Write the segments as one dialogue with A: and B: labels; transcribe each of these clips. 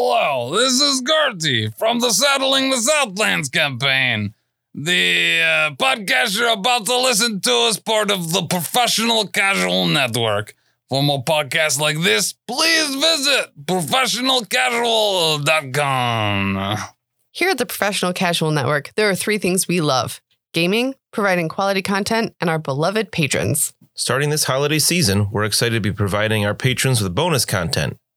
A: Hello, this is Gertie from the Settling the Southlands campaign. The uh, podcast you're about to listen to is part of the Professional Casual Network. For more podcasts like this, please visit professionalcasual.com.
B: Here at the Professional Casual Network, there are three things we love gaming, providing quality content, and our beloved patrons.
C: Starting this holiday season, we're excited to be providing our patrons with bonus content,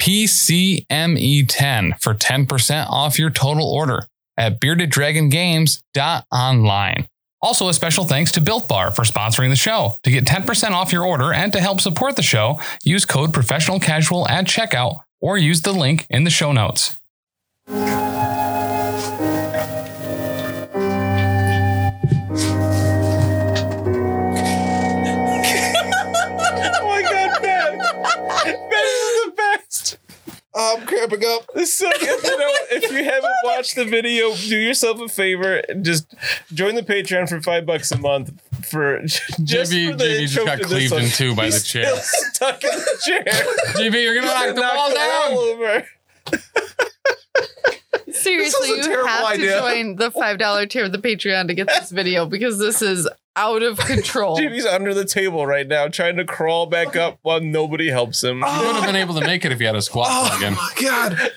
D: PCME10 E for 10% off your total order at beardeddragongames.online. Also, a special thanks to Built Bar for sponsoring the show. To get 10% off your order and to help support the show, use code professional casual at checkout or use the link in the show notes.
E: Oh my god, Ben! Ben is the best.
F: I'm cramping up.
E: So if you know, if you haven't watched the video, do yourself a favor and just join the Patreon for five bucks a month. For just
G: JB
E: for the
G: just
E: intro to
G: got
E: this
G: cleaved
E: one.
G: in two by
E: He's
G: the chair.
E: still Stuck in the chair.
G: GB, you're going to knock the
E: Knocked
G: wall
E: the
G: down.
E: wall over.
B: Seriously,
E: This was a
B: you
E: terrible
B: have
E: idea.
B: to join the $5 tier of the Patreon to get this video because this is out of control.
E: Jimmy's under the table right now, trying to crawl back up while nobody helps him.
G: You would have been able to make it if you had a squat
C: Oh
G: plug in.
C: my god!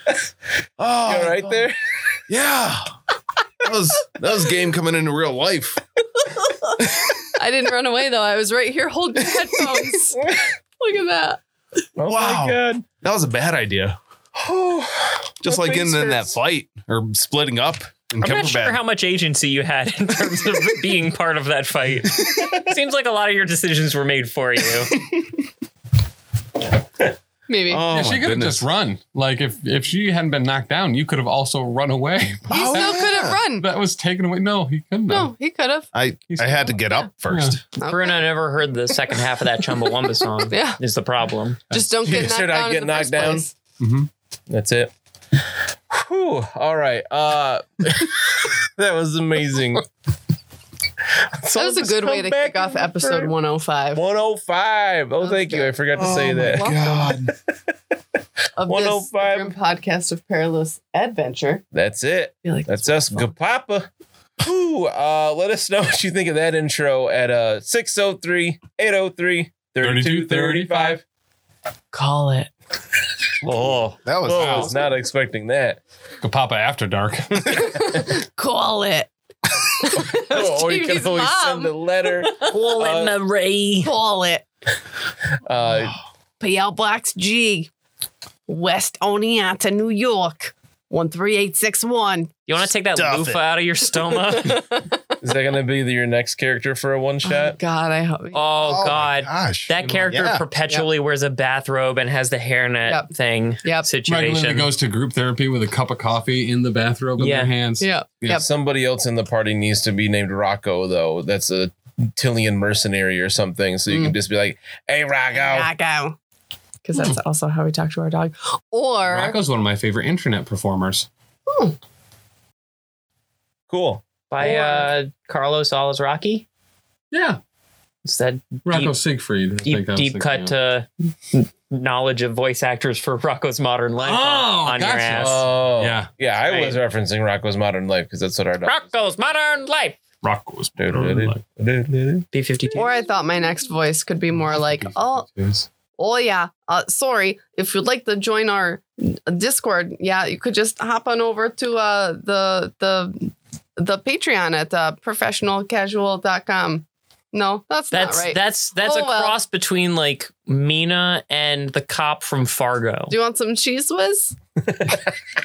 C: Oh,
E: You all right there?
C: Yeah, that was that was game coming into real life.
B: I didn't run away though. I was right here holding headphones. Look at that.
E: Oh
C: Wow.
E: my god.
C: That was a bad idea. Just
E: My
C: like
E: face
C: getting in that
E: hurts.
C: fight or splitting up. And
H: I'm not sure how much agency you had in terms of being part of that fight. Seems like a lot of your decisions were made for you.
B: Maybe.
C: Oh, my
G: Yeah, she could have
C: goodness.
G: just run. Like if if she hadn't been knocked down, you could have also run away.
B: he
C: Oh,
B: still
C: yeah.
B: could have run.
G: That was taken away. No, he couldn't. have.
B: No, he could have.
C: I,
G: He's-
C: I had to get up first.
H: Bruno never heard the second half of that Chumbawamba song.
B: Yeah.
H: Is the problem.
B: Just don't
E: You
B: get knocked
E: should not
B: down.
E: get
B: in the
E: knocked
B: first
E: down.
B: place.
E: That's it. Whew. All right. Uh that was amazing.
B: That was a good way to kick off episode 105
E: 105. Oh,
B: Sounds
E: thank you.
B: good.
E: I forgot to say that.
B: God.
C: God,
B: of this
E: 105.
B: grim podcast of perilous adventure.
E: That's it.
B: I feel like
E: That's us. Good papa. Whew. Uh, let us know what you think of that intro at uh 603 803 3235.
H: Call it.
E: Oh,
C: that was
E: whoa, I was not expecting that.
G: Go Papa after dark.
B: call it.
E: Oh, or you
B: Stevie's
E: can always
B: mom.
E: send a letter.
H: Call
E: it,
H: Marie.
B: Call it.
E: Uh,
B: PL Blocks G, West Oneonta, New York, 13861.
H: You want to take that
C: Stuff
H: loofah
C: it.
H: out of your stoma?
E: uh, is that going to be the, your next character for a one shot?
B: Oh, God, I hope.
H: oh, God.
C: Gosh,
H: That character
C: Yeah.
H: perpetually wears a bathrobe and has the hairnet
B: Yep.
H: thing
B: Yep.
G: Right,
H: situation.
G: Linda goes to group therapy with a cup of coffee in the bathrobe in
H: Yeah.
G: their hands.
B: Yeah. Yep.
E: Somebody else in the party needs to be named Rocco, though. That's a Tillian mercenary or something. So you
B: Mm.
E: can just be like, hey, Rocco.
B: Rocco. Because that's also how we talk to our dog. Or
G: Rocco's one of my favorite internet performers.
E: Cool.
H: By uh, Carlos Alas Rocky.
G: Yeah.
H: It's that
G: Rocco
H: Deep-
G: Siegfried. I
H: deep,
G: think I was
H: deep
G: thinking
H: cut
G: of.
H: to knowledge of voice actors for Rocco's Modern Life
G: Oh,
H: on, on your
G: gotcha.
H: ass.
D: Uh,
E: Oh.
G: Yeah.
E: Yeah, I was referencing Rocco's Modern Life because that's what our dog.
H: Rocco's Modern Life.
G: Rocco's.
H: B fifty two.
B: or I thought my next voice could be more like, oh, oh yeah, uh, sorry. If you'd like to join our Discord, yeah, you could just hop on over to uh, the the the Patreon at uh, professionalcasual.com. No, that's,
H: That's
B: not right.
H: that's that's
B: Oh,
H: a
B: well.
H: cross between like Mina and the cop from Fargo.
B: Do you want some cheese whiz?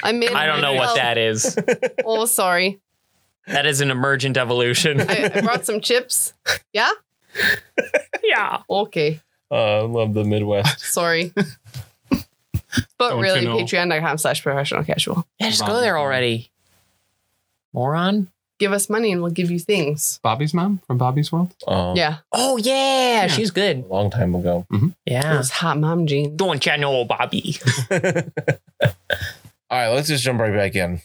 B: I made.
H: I don't know what that
B: is.
H: is.
B: Oh, sorry.
H: That is an emergent evolution.
B: I, I brought some chips. Yeah.
H: yeah.
B: Okay.
E: Uh, I love the Midwest.
B: Sorry. but
D: Don't
B: really,
D: you know?
B: Patreon.com/slash professional casual.
H: Yeah, just go there already. Moron.
B: Give us money and we'll give you things.
D: Bobby's mom from Bobby's World.
E: Um,
B: Yeah.
H: Oh yeah, she's
E: A
H: good.
E: long time ago.
H: Yeah.
B: Those hot mom jeans.
H: Don't you know, Bobby?
E: All right, let's just jump right back in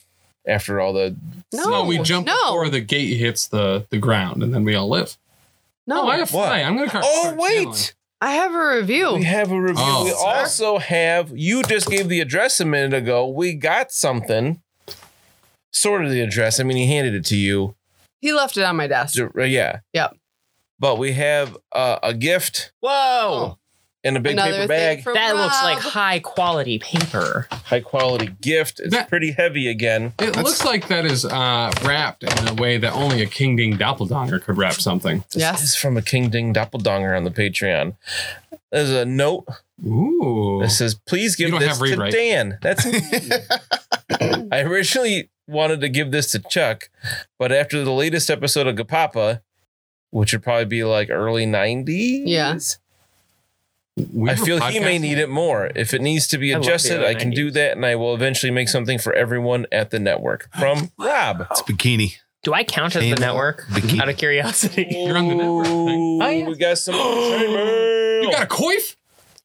E: after all the.
B: No,
D: No, we jump
B: No,
D: before the gate hits the the ground, and then we all live.
B: no.
D: oh, I
B: I,
D: have fly. I'm gonna. Start,
E: Oh
D: start channeling.
E: wait,
B: have a review.
E: we have a review.
D: Oh.
E: we also have. You just gave the address a minute ago. We got something. Sort of the address. I mean, he handed it to you.
B: He left it on my desk.
E: Dir- uh, Yeah.
B: Yep.
E: But we have uh, a gift
H: Whoa.
E: in a big
B: Another thing
E: paper bag.
B: from
H: Oh. That looks
B: Rob.
H: like high quality paper.
E: High quality gift. It's
D: That-
E: pretty heavy again.
D: It looks like that is uh, wrapped in a way that only a King Ding doppelganger could wrap something.
E: This
B: Yes.
E: is from a King Ding Doppeldonger on the Patreon. There's a note
D: Ooh.
E: that says, please
D: You
E: give
D: don't
E: this
D: have
E: to
D: read, right?
E: Dan. That's I originally wanted to give this to Chuck, but after the latest episode of Gapapa, which would probably be like early 90s.
B: Yeah.
D: We
E: I
D: were
E: feel he may
D: podcasting.
E: need it more. If it needs to be
H: I love the
E: adjusted, I,
H: early
E: can do
H: 90s.
E: that and I will eventually make something for everyone at the network. From Rob.
I: It's bikini.
H: Do I count as the
I: Channel
H: network?
I: bikini.
H: Out of curiosity.
D: You're on the network. thing.
E: Ooh,
H: Oh, yeah.
E: We got some. you
D: You got a coif?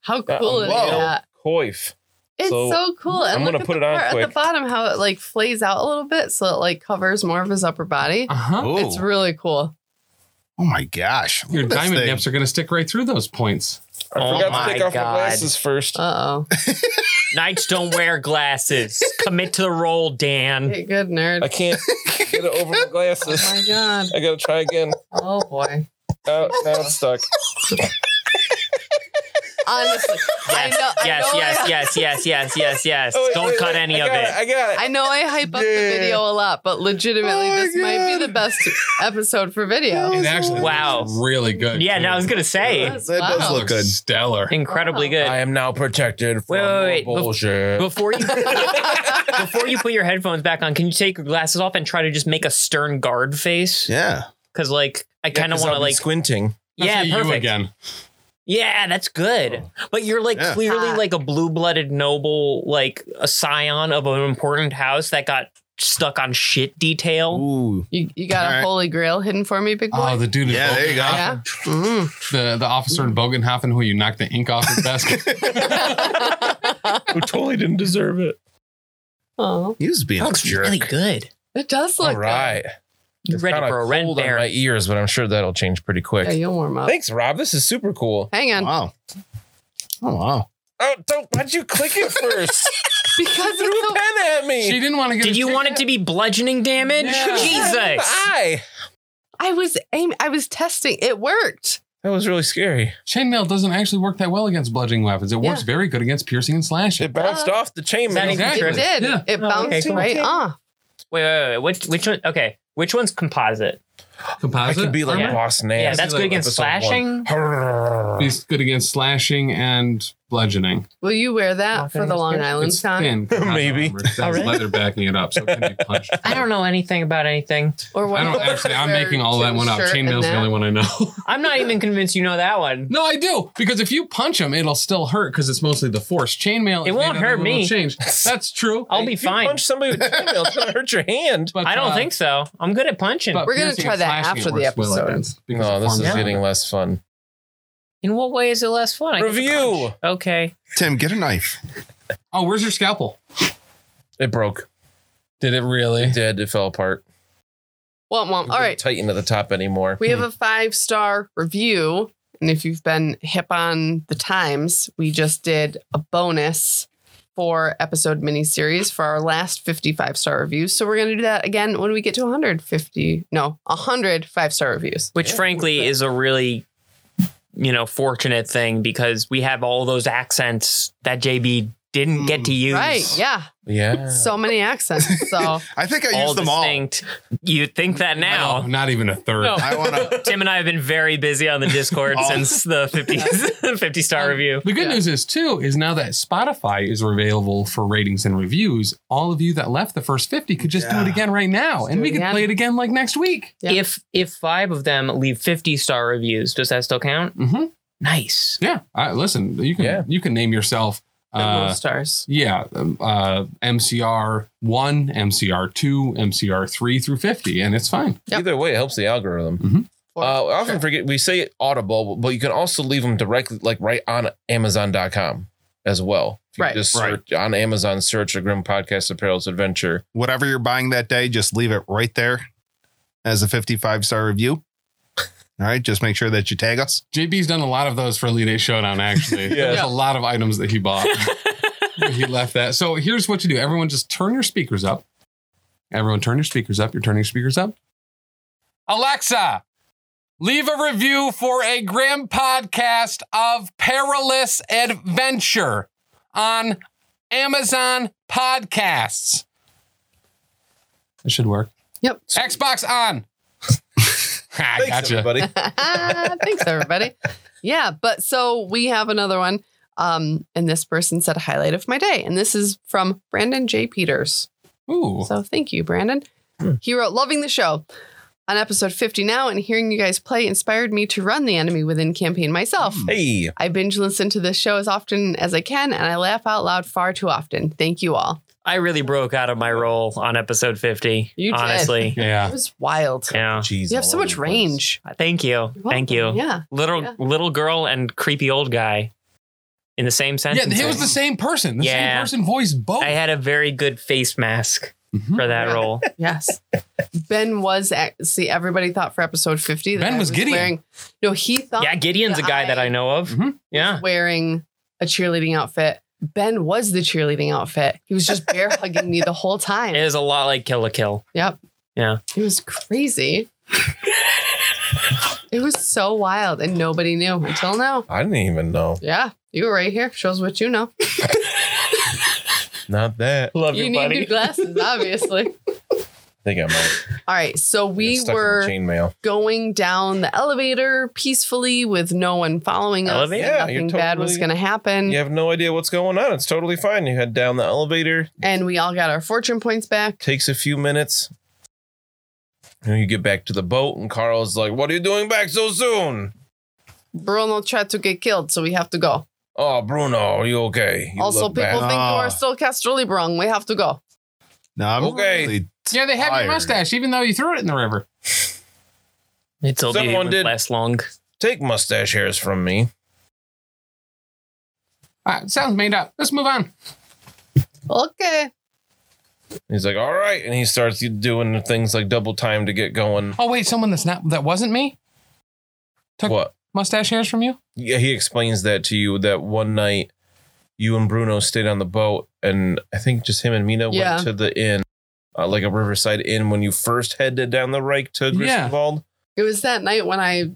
B: How cool is
E: whoa.
B: that?
E: Coif.
B: It's
E: So,
B: so, cool. And
E: I'm
B: look
E: gonna
B: at the
E: put it on
B: part At
E: quick.
B: the bottom, how it like flays out a little bit, so it like covers more of his upper body.
D: Uh huh.
I: Oh,
B: It's really cool.
I: oh my gosh. Look
D: Your
I: at this
D: diamond
I: thing.
D: nips are gonna stick right through those points.
E: I
H: Oh
E: forgot
H: my
E: to take off
H: God.
E: my glasses first.
B: Uh oh.
H: Knights don't wear glasses. Commit to the role, Dan.
B: Get good, nerd.
E: I can't get it over my
B: Oh
E: glasses.
B: my god.
E: I gotta try again.
B: Oh boy.
E: Oh, now it's stuck.
B: Honestly, I know. I know
H: Yes,
B: I,
H: yes, yes, yes, yes, yes, yes.
E: Oh, wait,
H: Don't
E: wait,
H: cut
E: wait.
H: any
E: I
H: of
E: got
H: it.
E: I got it.
B: I know I hype up the video a lot, but legitimately,
E: Oh my
B: this might be
E: God.
B: the best episode for video.
D: It actually
H: Wow.
D: looks really good.
H: Yeah,
D: too.
H: no, I was gonna say.
B: Yes,
I: That does
B: wow.
I: look good.
D: Stellar.
H: Incredibly
B: Wow.
H: good.
E: I am now protected from
H: Wait, wait, wait.
E: more
H: Bef-
E: bullshit.
H: Before you before you put your headphones back on, can you take your glasses off and try to just make a stern guard face?
I: Yeah.
H: Because like I kind of want to like
E: squinting.
H: yeah,
D: That's a you
H: perfect.
D: again. Oh.
H: Yeah, that's good. But you're like
I: Yeah.
H: clearly
B: Ah.
H: like a blue-blooded noble, like a scion of an important house that got stuck on shit detail.
I: Ooh.
B: You, you got
I: All right.
B: a holy grail hidden for me, big boy.
D: Oh, the dude. in
I: Yeah, there you go.
D: Bogenhofen.
B: yeah. Mm.
D: The the officer in Bogenhofen who you knocked the ink off his desk.
E: Who totally didn't deserve it.
B: Oh,
I: He was being
H: That
I: a
H: looks
I: jerk.
H: really good.
B: it does look
E: All right.
H: You
E: It's
H: ready
E: kinda
H: for a red
E: cold in
H: bear?
E: my ears, but I'm sure that'll change pretty
B: good. Yeah,
E: quick.
B: you'll warm up.
E: Thanks, Rob. This is super cool.
B: Hang on.
I: Wow. Oh wow.
E: Oh, don't why'd you click it first?
B: Because
E: Threw
B: it's
E: a
B: so
E: pen at me.
D: she didn't want to get.
H: Did
D: a
H: you
D: ticket.
H: want it to be bludgeoning damage?
D: Yeah.
H: Jesus.
E: I.
B: I was aim I was testing. It worked.
E: That was really scary.
D: Chainmail doesn't actually work that well against bludgeoning weapons. It works
B: Yeah.
D: very good against piercing and slashing.
E: It bounced
B: Uh,
E: off the chainmail.
H: Is that
B: It
H: Sure.
B: did.
D: Yeah.
B: It bounced
H: okay, cool.
B: right off.
H: Wait, wait, wait, wait. Which which one okay. Which one's composite?
E: I
D: Composite.
E: could be like
H: Yeah.
E: Boss Nass.
H: Yeah, that's
D: like
H: good against
E: episode one.
H: slashing.
D: Be good against slashing and bludgeoning.
B: Will you wear that for the Long Island
D: It's
B: con?
D: thin. cotton
E: Maybe.
D: rubber. It has
H: really?
D: leather backing it up, so it can be punched.
H: I don't know anything about anything.
B: Or
D: I don't actually. I'm making all that one up. Chainmail's the only one I know.
H: I'm not even convinced you know that one.
D: no, I do because if you punch him, it'll still hurt because it's mostly the force. Chainmail.
H: It
D: is
H: won't
D: made out of
H: hurt me.
D: little Change. That's true.
H: I'll be
E: If you
H: fine.
E: punch somebody with chainmail, it's gonna hurt your hand.
D: But,
H: I don't
D: uh,
H: think so. I'm good at punching.
D: but
B: We're gonna
D: piercing
B: try
D: and
B: that
D: slashing,
B: after
D: it
B: the
D: works well
B: episode
D: against- because
E: No,
D: it
E: this
D: forms
E: is
D: out.
E: getting less fun.
H: In what way is it less fun? I get to
E: Review.
H: punch. Okay.
I: Tim, get a knife.
D: Oh, where's your scalpel?
E: It broke.
D: Did it really?
E: It did. It fell apart.
B: Womp womp.
E: It
B: All
E: didn't
B: right.
E: Tighten to the top anymore.
B: We have a five star review. And if you've been hip on the times, we just did a bonus four episode miniseries for our last 55 star reviews. So we're going to do that again when we get to 150, no, 100 five star reviews.
H: Which frankly is a really you know, fortunate thing because we have all those accents that JB didn't get to use.
B: Right. Yeah.
E: Yeah.
B: So many accents. So
I: I think I
H: All
I: used them all.
H: distinct. You'd think that
D: No,
H: now.
D: not even a third.
H: No.
I: I want to.
H: Tim and I have been very busy on the Discord since the 50, 50 star review.
D: The good news is too is now that Spotify is available for ratings and reviews, all of you that left the first 50 could just do it
I: Yeah.
D: again right now and we
B: it
D: could
B: again.
D: play it again like next week.
B: Yeah.
H: If if five of them leave 50 star reviews, does that still count?
D: Mm-hmm.
H: Nice.
D: Yeah. I, listen, you can
E: Yeah.
D: you can name yourself
B: the
D: uh,
B: gold stars.
D: yeah, um, uh, MCR one, MCR two, MCR three through fifty, and it's fine.
B: Yep.
E: Either way, it helps the algorithm.
D: Mm-hmm.
B: For-
E: Uh, I often
B: sure.
E: forget we say Audible, but you can also leave them directly, like right on Amazon.com as well. If you
B: Right.
E: Just
I: Right.
E: search on Amazon, search a Grim Podcast Apparel's Adventure.
I: Whatever you're buying that day, just leave it right there as a 55 star review. All right. Just make sure that you tag us.
D: JB's done a lot of those for Elite Eight Showdown, actually. There's a lot of items that he bought. he left that. So here's what you do. Everyone just turn your speakers up. Everyone turn your speakers up. You're turning your speakers up. Alexa, leave a review for a Grim podcast of Perilous Adventure on Amazon Podcasts. It should work.
B: Yep.
D: Xbox on. I
E: Thanks,
D: gotcha.
E: everybody.
B: Thanks, everybody. Yeah, but so we have another one. Um, and this person said highlight of my day. And this is from Brandon J. Peters.
D: Ooh.
B: So thank you, Brandon.
D: Hmm.
B: He wrote, Loving the show. On episode 50 now, and hearing you guys play inspired me to run the enemy within campaign myself.
D: Hmm.
E: Hey,
B: I binge listen to this show as often as I can, and I laugh out loud far too often. Thank you all.
H: I really broke out of my role on episode 50.
B: You did.
H: honestly.
D: Yeah.
B: It was wild.
H: Yeah.
E: jeez.
B: You have so
E: all
B: much
E: over the place.
B: range.
H: Thank you.
B: You're
H: Thank you.
B: welcome. Yeah.
H: Little
B: Yeah.
H: little girl and creepy old guy in the same
D: Yeah,
H: sentence.
D: it was the same person. The
H: Yeah.
D: same person voiced both.
H: I had a very good face mask
D: Mhm.
H: for that
B: Yeah.
H: role.
B: Yes. ben was at, see everybody thought for episode 50 that
D: Ben
B: I
D: was Gideon.
B: No, he thought
H: Yeah, Gideon's a guy that I know of.
D: Mhm.
H: Yeah.
B: wearing a cheerleading outfit. Ben was the cheerleading outfit. He was just bear hugging me the whole time.
H: It is a lot like Kill a Kill.
B: yep.
H: Yeah.
B: It was crazy. it was so wild and nobody knew until now.
E: I didn't even know.
B: Yeah. You were right here. Shows what you know.
E: Not that.
H: Love
B: You need new glasses, obviously.
E: I think I might.
B: All right. So we
E: Stuck in
B: were
E: chainmail.
B: going down the elevator peacefully with no one following
H: Elevator?
B: us.
E: Yeah,
B: Nothing
E: you're
B: bad was
E: totally-
B: going to happen.
E: You have no idea what's going on. It's totally fine. You head down the elevator.
B: And we all got our fortune points back.
E: Takes a few minutes. And you get back to the boat, and Carl's like, "What are you doing back so soon?"
B: Bruno tried to get killed, so we have to go.
E: Oh, Bruno, are you okay? You
B: also,
E: look
B: people
E: bad.
B: think you are
I: Ah.
B: still Castroli Brung. We have to go.
I: No, I'm
E: Okay.
I: really-
D: Yeah, they had
I: Tired.
D: your mustache, even though you threw it in the river.
H: It's only
E: Someone
H: did
E: did-
H: last long.
E: Take mustache hairs from me.
D: Uh, sounds made up. Let's move on.
B: Okay.
E: He's like, "All right," and he starts doing things like double time to get going.
D: Oh wait, someone that's not that wasn't me. Took-
E: What?
D: Mustache hairs from you?
E: yeah, he explains that to you that one night you and Bruno stayed on the boat, and I think just him and Mina
B: Yeah.
E: went to the inn, uh, like a riverside inn, when you first headed down the Reich to
D: Yeah.
E: Griswold.
B: It was that night when I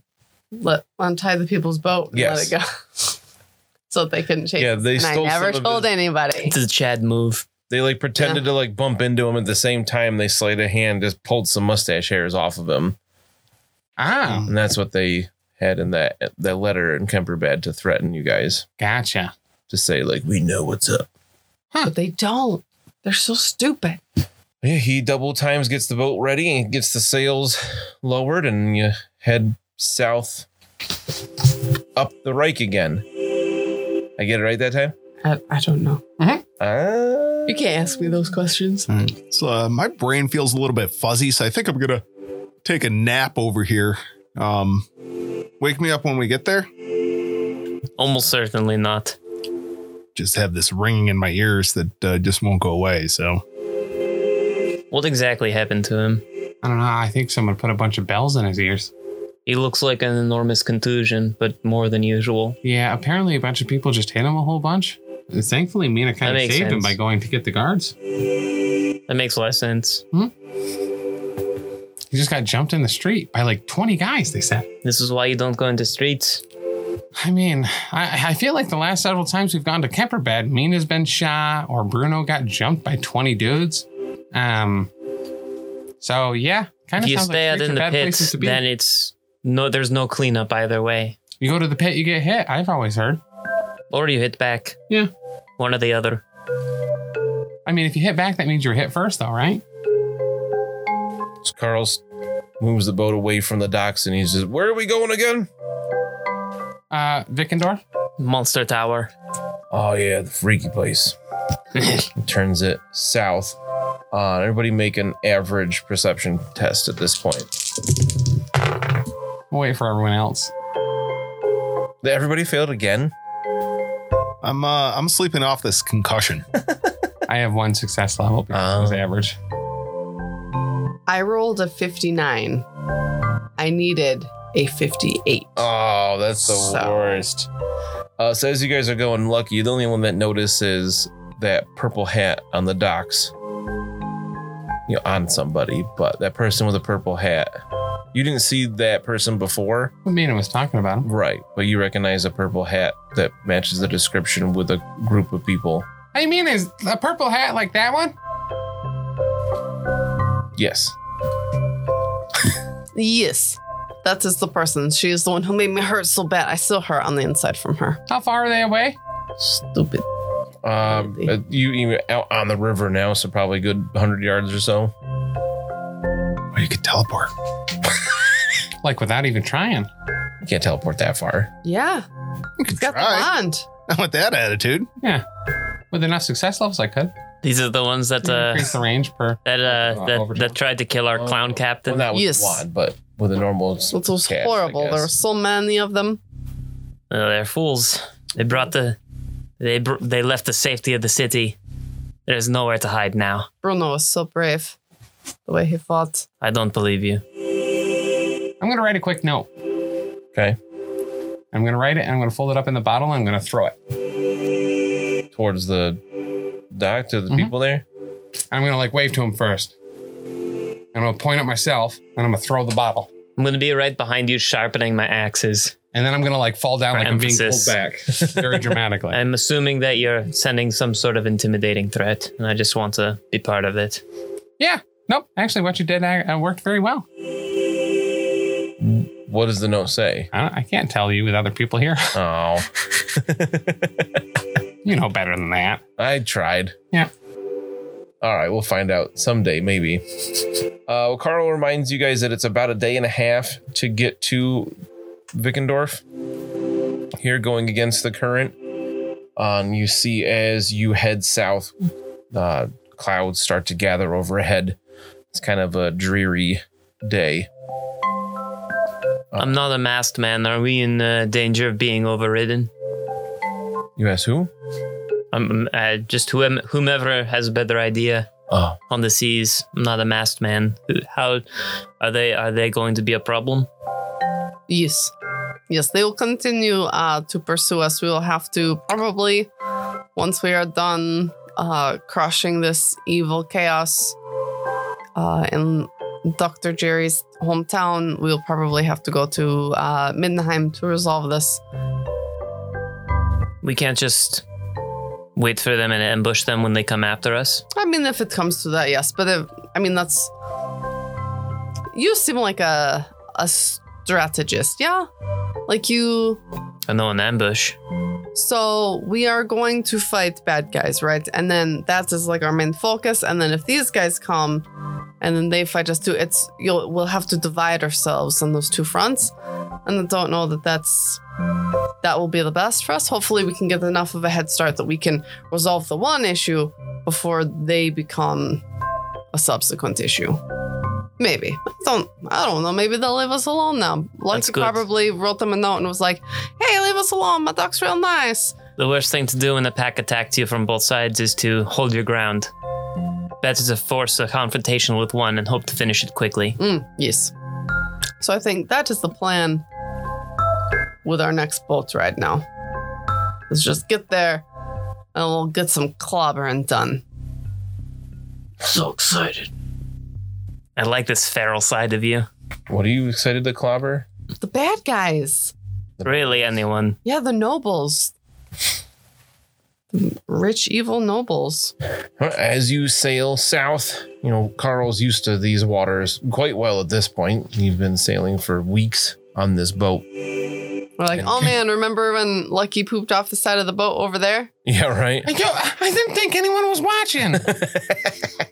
B: let untie the people's boat and
E: Yes.
B: let it go. so that they couldn't
E: Yeah,
B: chase. us.
E: they
B: and I
E: stole
B: never
E: some of
B: told
E: his-
B: anybody.
H: It's a Chad move.
E: They like pretended to like bump into him at the same time. They slayed a hand, just pulled some mustache hairs off of him,
D: Ah,
E: and that's what they had in that that letter in Kemperbad to threaten you guys
D: gotcha.
E: to say like we know what's up.
B: But they don't. They're so stupid.
E: Yeah, he double times gets the boat ready and gets the sails lowered, and you head south up the Reich again. I get it right that time.
B: I, I don't know.
E: Uh,
B: You can't ask me those questions.
I: All right. So uh, my brain feels a little bit fuzzy, so I think I'm gonna take a nap over here. Um, wake me up when we get there.
H: Almost certainly not.
I: Just have this ringing in my ears that uh, just won't go away. So
H: What exactly happened to him?
D: I don't know. I think someone put a bunch of bells in his ears.
H: He looks like an enormous contusion, but more than usual.
D: Yeah, apparently a bunch of people just hit him a whole bunch. Thankfully, Mina kind of
H: That makes
D: saved him by
H: sense.
D: going to get the guards.
H: That makes less sense.
D: He just got jumped in the street by like 20 guys, they said.
H: This is why you don't go in the streets.
D: I mean, I, I feel like the last several times we've gone to Kemperbad, Mina's been shot or Bruno got jumped by 20 dudes. Um, so yeah, kind
H: If
D: of
H: you
D: sounds
H: stay
D: like
H: out
D: three
H: in the
D: bad places
H: pits,
D: to be.
H: then it's no. There's no cleanup either way,
D: you go to the pit, you get hit. I've always heard.
H: or you hit back.
D: Yeah.
H: One or the other.
D: I mean, if you hit back, that means you're hit first, though, right?
E: So Carl s- moves the boat away from the docks and he says, Where are we going again?
D: Uh, Vickendorf.
H: Monster Tower.
E: Oh, yeah, the freaky place. He turns it south. Uh, everybody make an average perception test at this point.
D: We'll wait for everyone else.
E: Everybody failed again.
I: I'm uh, I'm sleeping off this concussion.
D: I have one success level because it was
E: Oh.
D: average.
B: I rolled a 59. I needed a 58.
E: Oh, that's the
B: So-
E: worst. Uh, so as you guys are going lucky, the only one that notices that purple hat on the docks. You know, on somebody, but that person with a purple hat. You didn't see that person before,
D: What Mina was talking about him.
E: right? But you recognize a purple hat that matches the description with a group of people.
D: Hey, Mina, is a purple hat like that one?
E: Yes.
B: Yes. That is the person. She is the one who made me hurt so bad. I still hurt on the inside from her.
D: How far are they away?
B: Stupid.
E: Um, uh, you even out on the river now, so probably a good hundred yards or so.
I: Or Oh, you could teleport.
D: Like without even trying.
E: You can't teleport that far.
B: Yeah.
I: You could
B: Got the
I: try.
B: wand.
I: Not with that attitude.
D: With enough success levels, I could
H: These are the ones that uh,
D: increase the range per.
H: that uh, that that tried to kill our clown
E: Well,
H: captain.
E: not with
B: Yes.
E: the wand, but with a normal.
B: It was
E: cast, I
B: horrible. There
E: guess.
B: were so many of them.
H: Uh, they're fools. They brought the they br- they left the safety of the city. There's nowhere to hide now.
B: Bruno was so brave. The way he fought.
H: I don't believe you.
D: I'm gonna write a quick note.
E: Okay.
D: I'm gonna write it. and I'm gonna fold it up in the bottle. And I'm gonna throw it.
E: towards the dock to the
D: Mhm.
E: people there.
D: I'm gonna like wave to him first. I'm gonna point at myself and I'm gonna throw the bottle.
H: I'm gonna be right behind you, sharpening my axes.
D: And then I'm gonna like fall down
H: For
D: like
H: emphasis.
D: I'm being pulled back very dramatically.
H: I'm assuming that you're sending some sort of intimidating threat, and I just want to be part of it.
D: yeah. Nope. Actually, what you did uh, worked very well.
E: What does the note say?
D: I, don't- I can't tell you with other people here.
E: Oh,
D: you know better than that.
E: I tried.
D: Yeah.
E: All right, we'll find out someday, maybe. Uh, well, Carl reminds you guys that it's about a day and a half to get to Vickendorf. Here, going against the current, um, you see as you head south, uh, clouds start to gather overhead. It's kind of a dreary day.
H: I'm not a masked man. Are we in uh, danger of being overridden?
E: You ask who?
H: I'm uh, just whoem- whomever has a better idea
E: Oh,
H: on the seas. I'm not a masked man. How are they? Are they going to be a problem?
B: Yes. Yes, they will continue uh, to pursue us. We will have to probably, once we are done uh, crushing this evil chaos uh, in Dr. Jerry's hometown, we'll probably have to go to uh, Mindenheim to resolve this.
H: We can't just wait for them and ambush them when they come after us.
B: I mean, if it comes to that, yes. But if, I mean, that's. You seem like a, a strategist, yeah? Like you
H: I know an ambush.
B: So we are going to fight bad guys, right? And then that is like our main focus. And then if these guys come, and then they fight us too, it's you'll we'll have to divide ourselves on those two fronts. And I don't know that that's that will be the best for us. Hopefully, we can get enough of a head start that we can resolve the one issue before they become a subsequent issue. Maybe I don't. I don't know. Maybe they'll leave us alone now.
H: That's
B: Lucky
H: good.
B: probably wrote them a note and was like, "Hey, leave us alone. My dog's real nice."
H: The worst thing to do when a pack attacks you from both sides is to hold your ground. Better to force a confrontation with one and hope to finish it quickly.
B: Mm, yes. So I think that is the plan with our next boat ride now. Let's just get there and we'll get some clobbering done. So excited.
H: I like this feral side of you.
E: what are you excited to clobber?
B: The bad guys.
H: Really, anyone.
B: Yeah, the nobles. Rich, evil nobles.
E: As you sail south, you know, Carl's used to these waters quite well at this point. He's been sailing for weeks on this boat.
B: We're like, oh man, remember when Lucky pooped off the side of the boat over there?
E: Yeah, right?
A: Yo, I didn't think anyone was watching.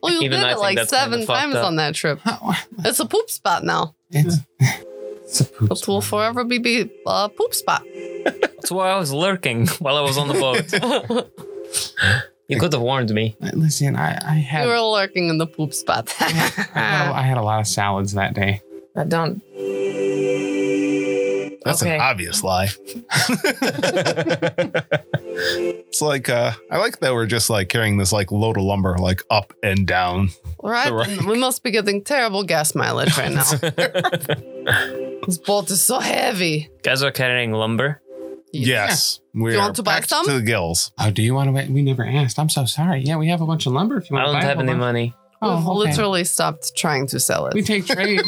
B: Well, you
H: Even
B: did
H: I
B: it
H: think
B: like
H: that's kinda
B: seven
H: fucked
B: times
H: up.
B: on that trip.
D: Oh,
B: It's a poop spot now.
A: it's, it's a poop.
B: It will forever be be a poop spot.
H: That's why I was lurking while I was on the boat. you could have warned me.
D: Listen, I, I
B: We
D: had
B: were lurking in the poop spot.
D: I had, a, I had a lot of salads that day.
B: I don't.
I: That's
B: Okay.
I: an obvious lie. it's like uh I like that we're just like carrying this like load of lumber like up and down.
B: Right?
I: Right.
B: We must be getting terrible gas mileage right now. this boat is so heavy.
H: Guys are carrying lumber.
I: Yes. We
B: You
I: are
B: want to buy
I: packed
B: some?
I: to the gills.
D: Oh, do you want to wait? We never asked. I'm so sorry. Yeah, we have a bunch of lumber if you
H: I
D: want to
H: don't
D: buy
H: have
D: a
H: any
D: bunch.
H: money.
B: We've
D: Oh, okay.
B: literally stopped trying to sell
D: We
B: it.
D: take trade.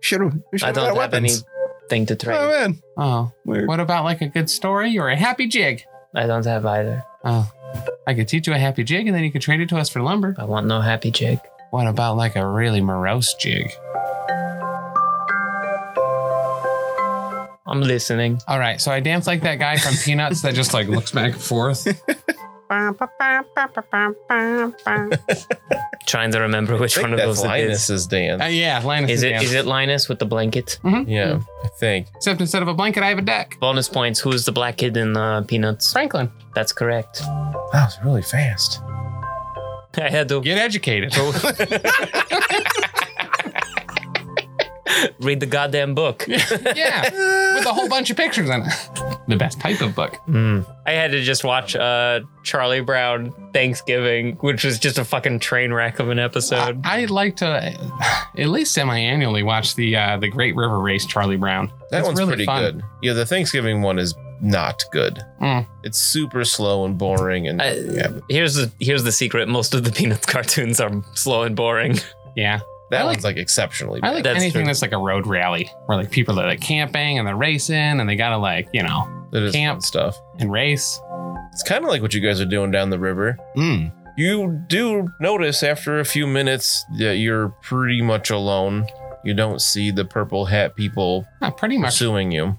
I: Should have
H: I don't have anything to
I: Oh
H: trade.
I: man.
D: oh,
I: Weird.
D: what about like a good story or a happy jig?
H: I don't have either.
D: Oh, I could teach you a happy jig and then you could trade it to us for lumber.
H: I want no happy jig.
D: What about like a really morose jig?
H: I'm listening.
D: All right, so I dance like that guy from Peanuts that just like looks back and forth.
H: Trying to remember which one of those it is.
E: Linus's dance.
D: Uh, yeah, Linus
H: Is
D: is
H: it
D: down.
H: is it Linus with the blanket?
E: yeah, I think.
D: Except instead of a blanket, I have a deck.
H: Bonus points. Who's the black kid in uh, Peanuts?
D: Franklin,
H: That's correct.
E: That was really fast.
H: I had to
D: get educated.
H: read the goddamn book.
D: yeah, with a whole bunch of pictures on it. The best type of book.
H: Hmm. I had to just watch uh, Charlie Brown Thanksgiving, which was just a fucking train wreck of an episode.
D: I, would like to uh, at least semi-annually watch the uh, the Great River Race, Charlie Brown.
E: That
D: It's
E: one's
D: really
E: pretty
D: fun.
E: good. Yeah, the Thanksgiving one is not good.
D: Mm.
E: It's super slow and boring and
H: I-
E: yeah,
H: Uh, here's the here's the secret. Most of the Peanuts cartoons are slow and boring.
D: Yeah,
E: that
D: I like-
E: one's like exceptionally
D: I
E: bad.
D: like
H: That's
D: anything
H: true.
D: that's like a road rally where like people are like camping and they're racing and they gotta like you know
E: That is
D: camp.
E: fun stuff.
D: and race.
E: It's kind of like what you guys are doing down the river.
I: Mm.
E: You do notice after a few minutes that you're pretty much alone. You don't see the purple hat people
D: Not Uh, pretty much.
E: pursuing you.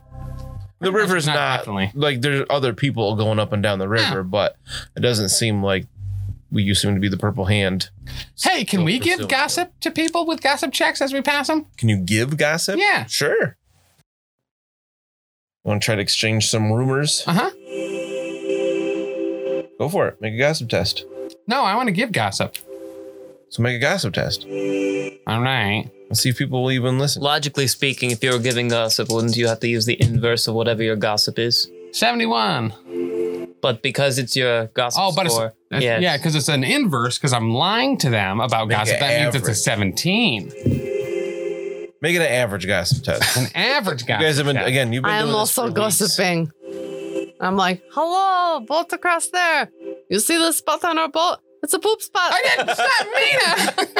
E: The
D: much
E: river's
D: not Ah.
E: not,
D: definitely.
E: like there's other people going up and down the river, but it doesn't seem like we you seem to be the purple hand.
D: Hey, can
E: Still
D: we give
E: pursuing.
D: gossip to people with gossip checks as we pass them?
E: Can you give gossip?
D: Yeah.
E: Sure. Want to try to exchange some rumors?
D: Uh huh.
E: Go for it. Make a gossip test.
D: No, I want to give gossip.
E: So make a gossip test.
D: All right.
E: Let's see if people will even listen.
H: Logically speaking, if you were giving gossip, wouldn't you have to use the inverse of whatever your gossip is?
D: 71.
H: But because it's your gossip
D: Oh, but it's,
H: score,
D: it's-
H: yeah,
D: yeah, because it's an inverse because I'm lying to them about
E: Make
D: gossip.
E: it
D: That means
E: average.
D: it's a 17.
E: Make it an average gossip test.
D: An average
E: you
D: gossip.
E: guys have been
D: check.
E: again. You've been.
B: I am
E: doing this
B: also
E: for weeks.
B: gossiping. I'm like, hello, boat across there. You see the spot on our boat? It's a poop spot. I didn't,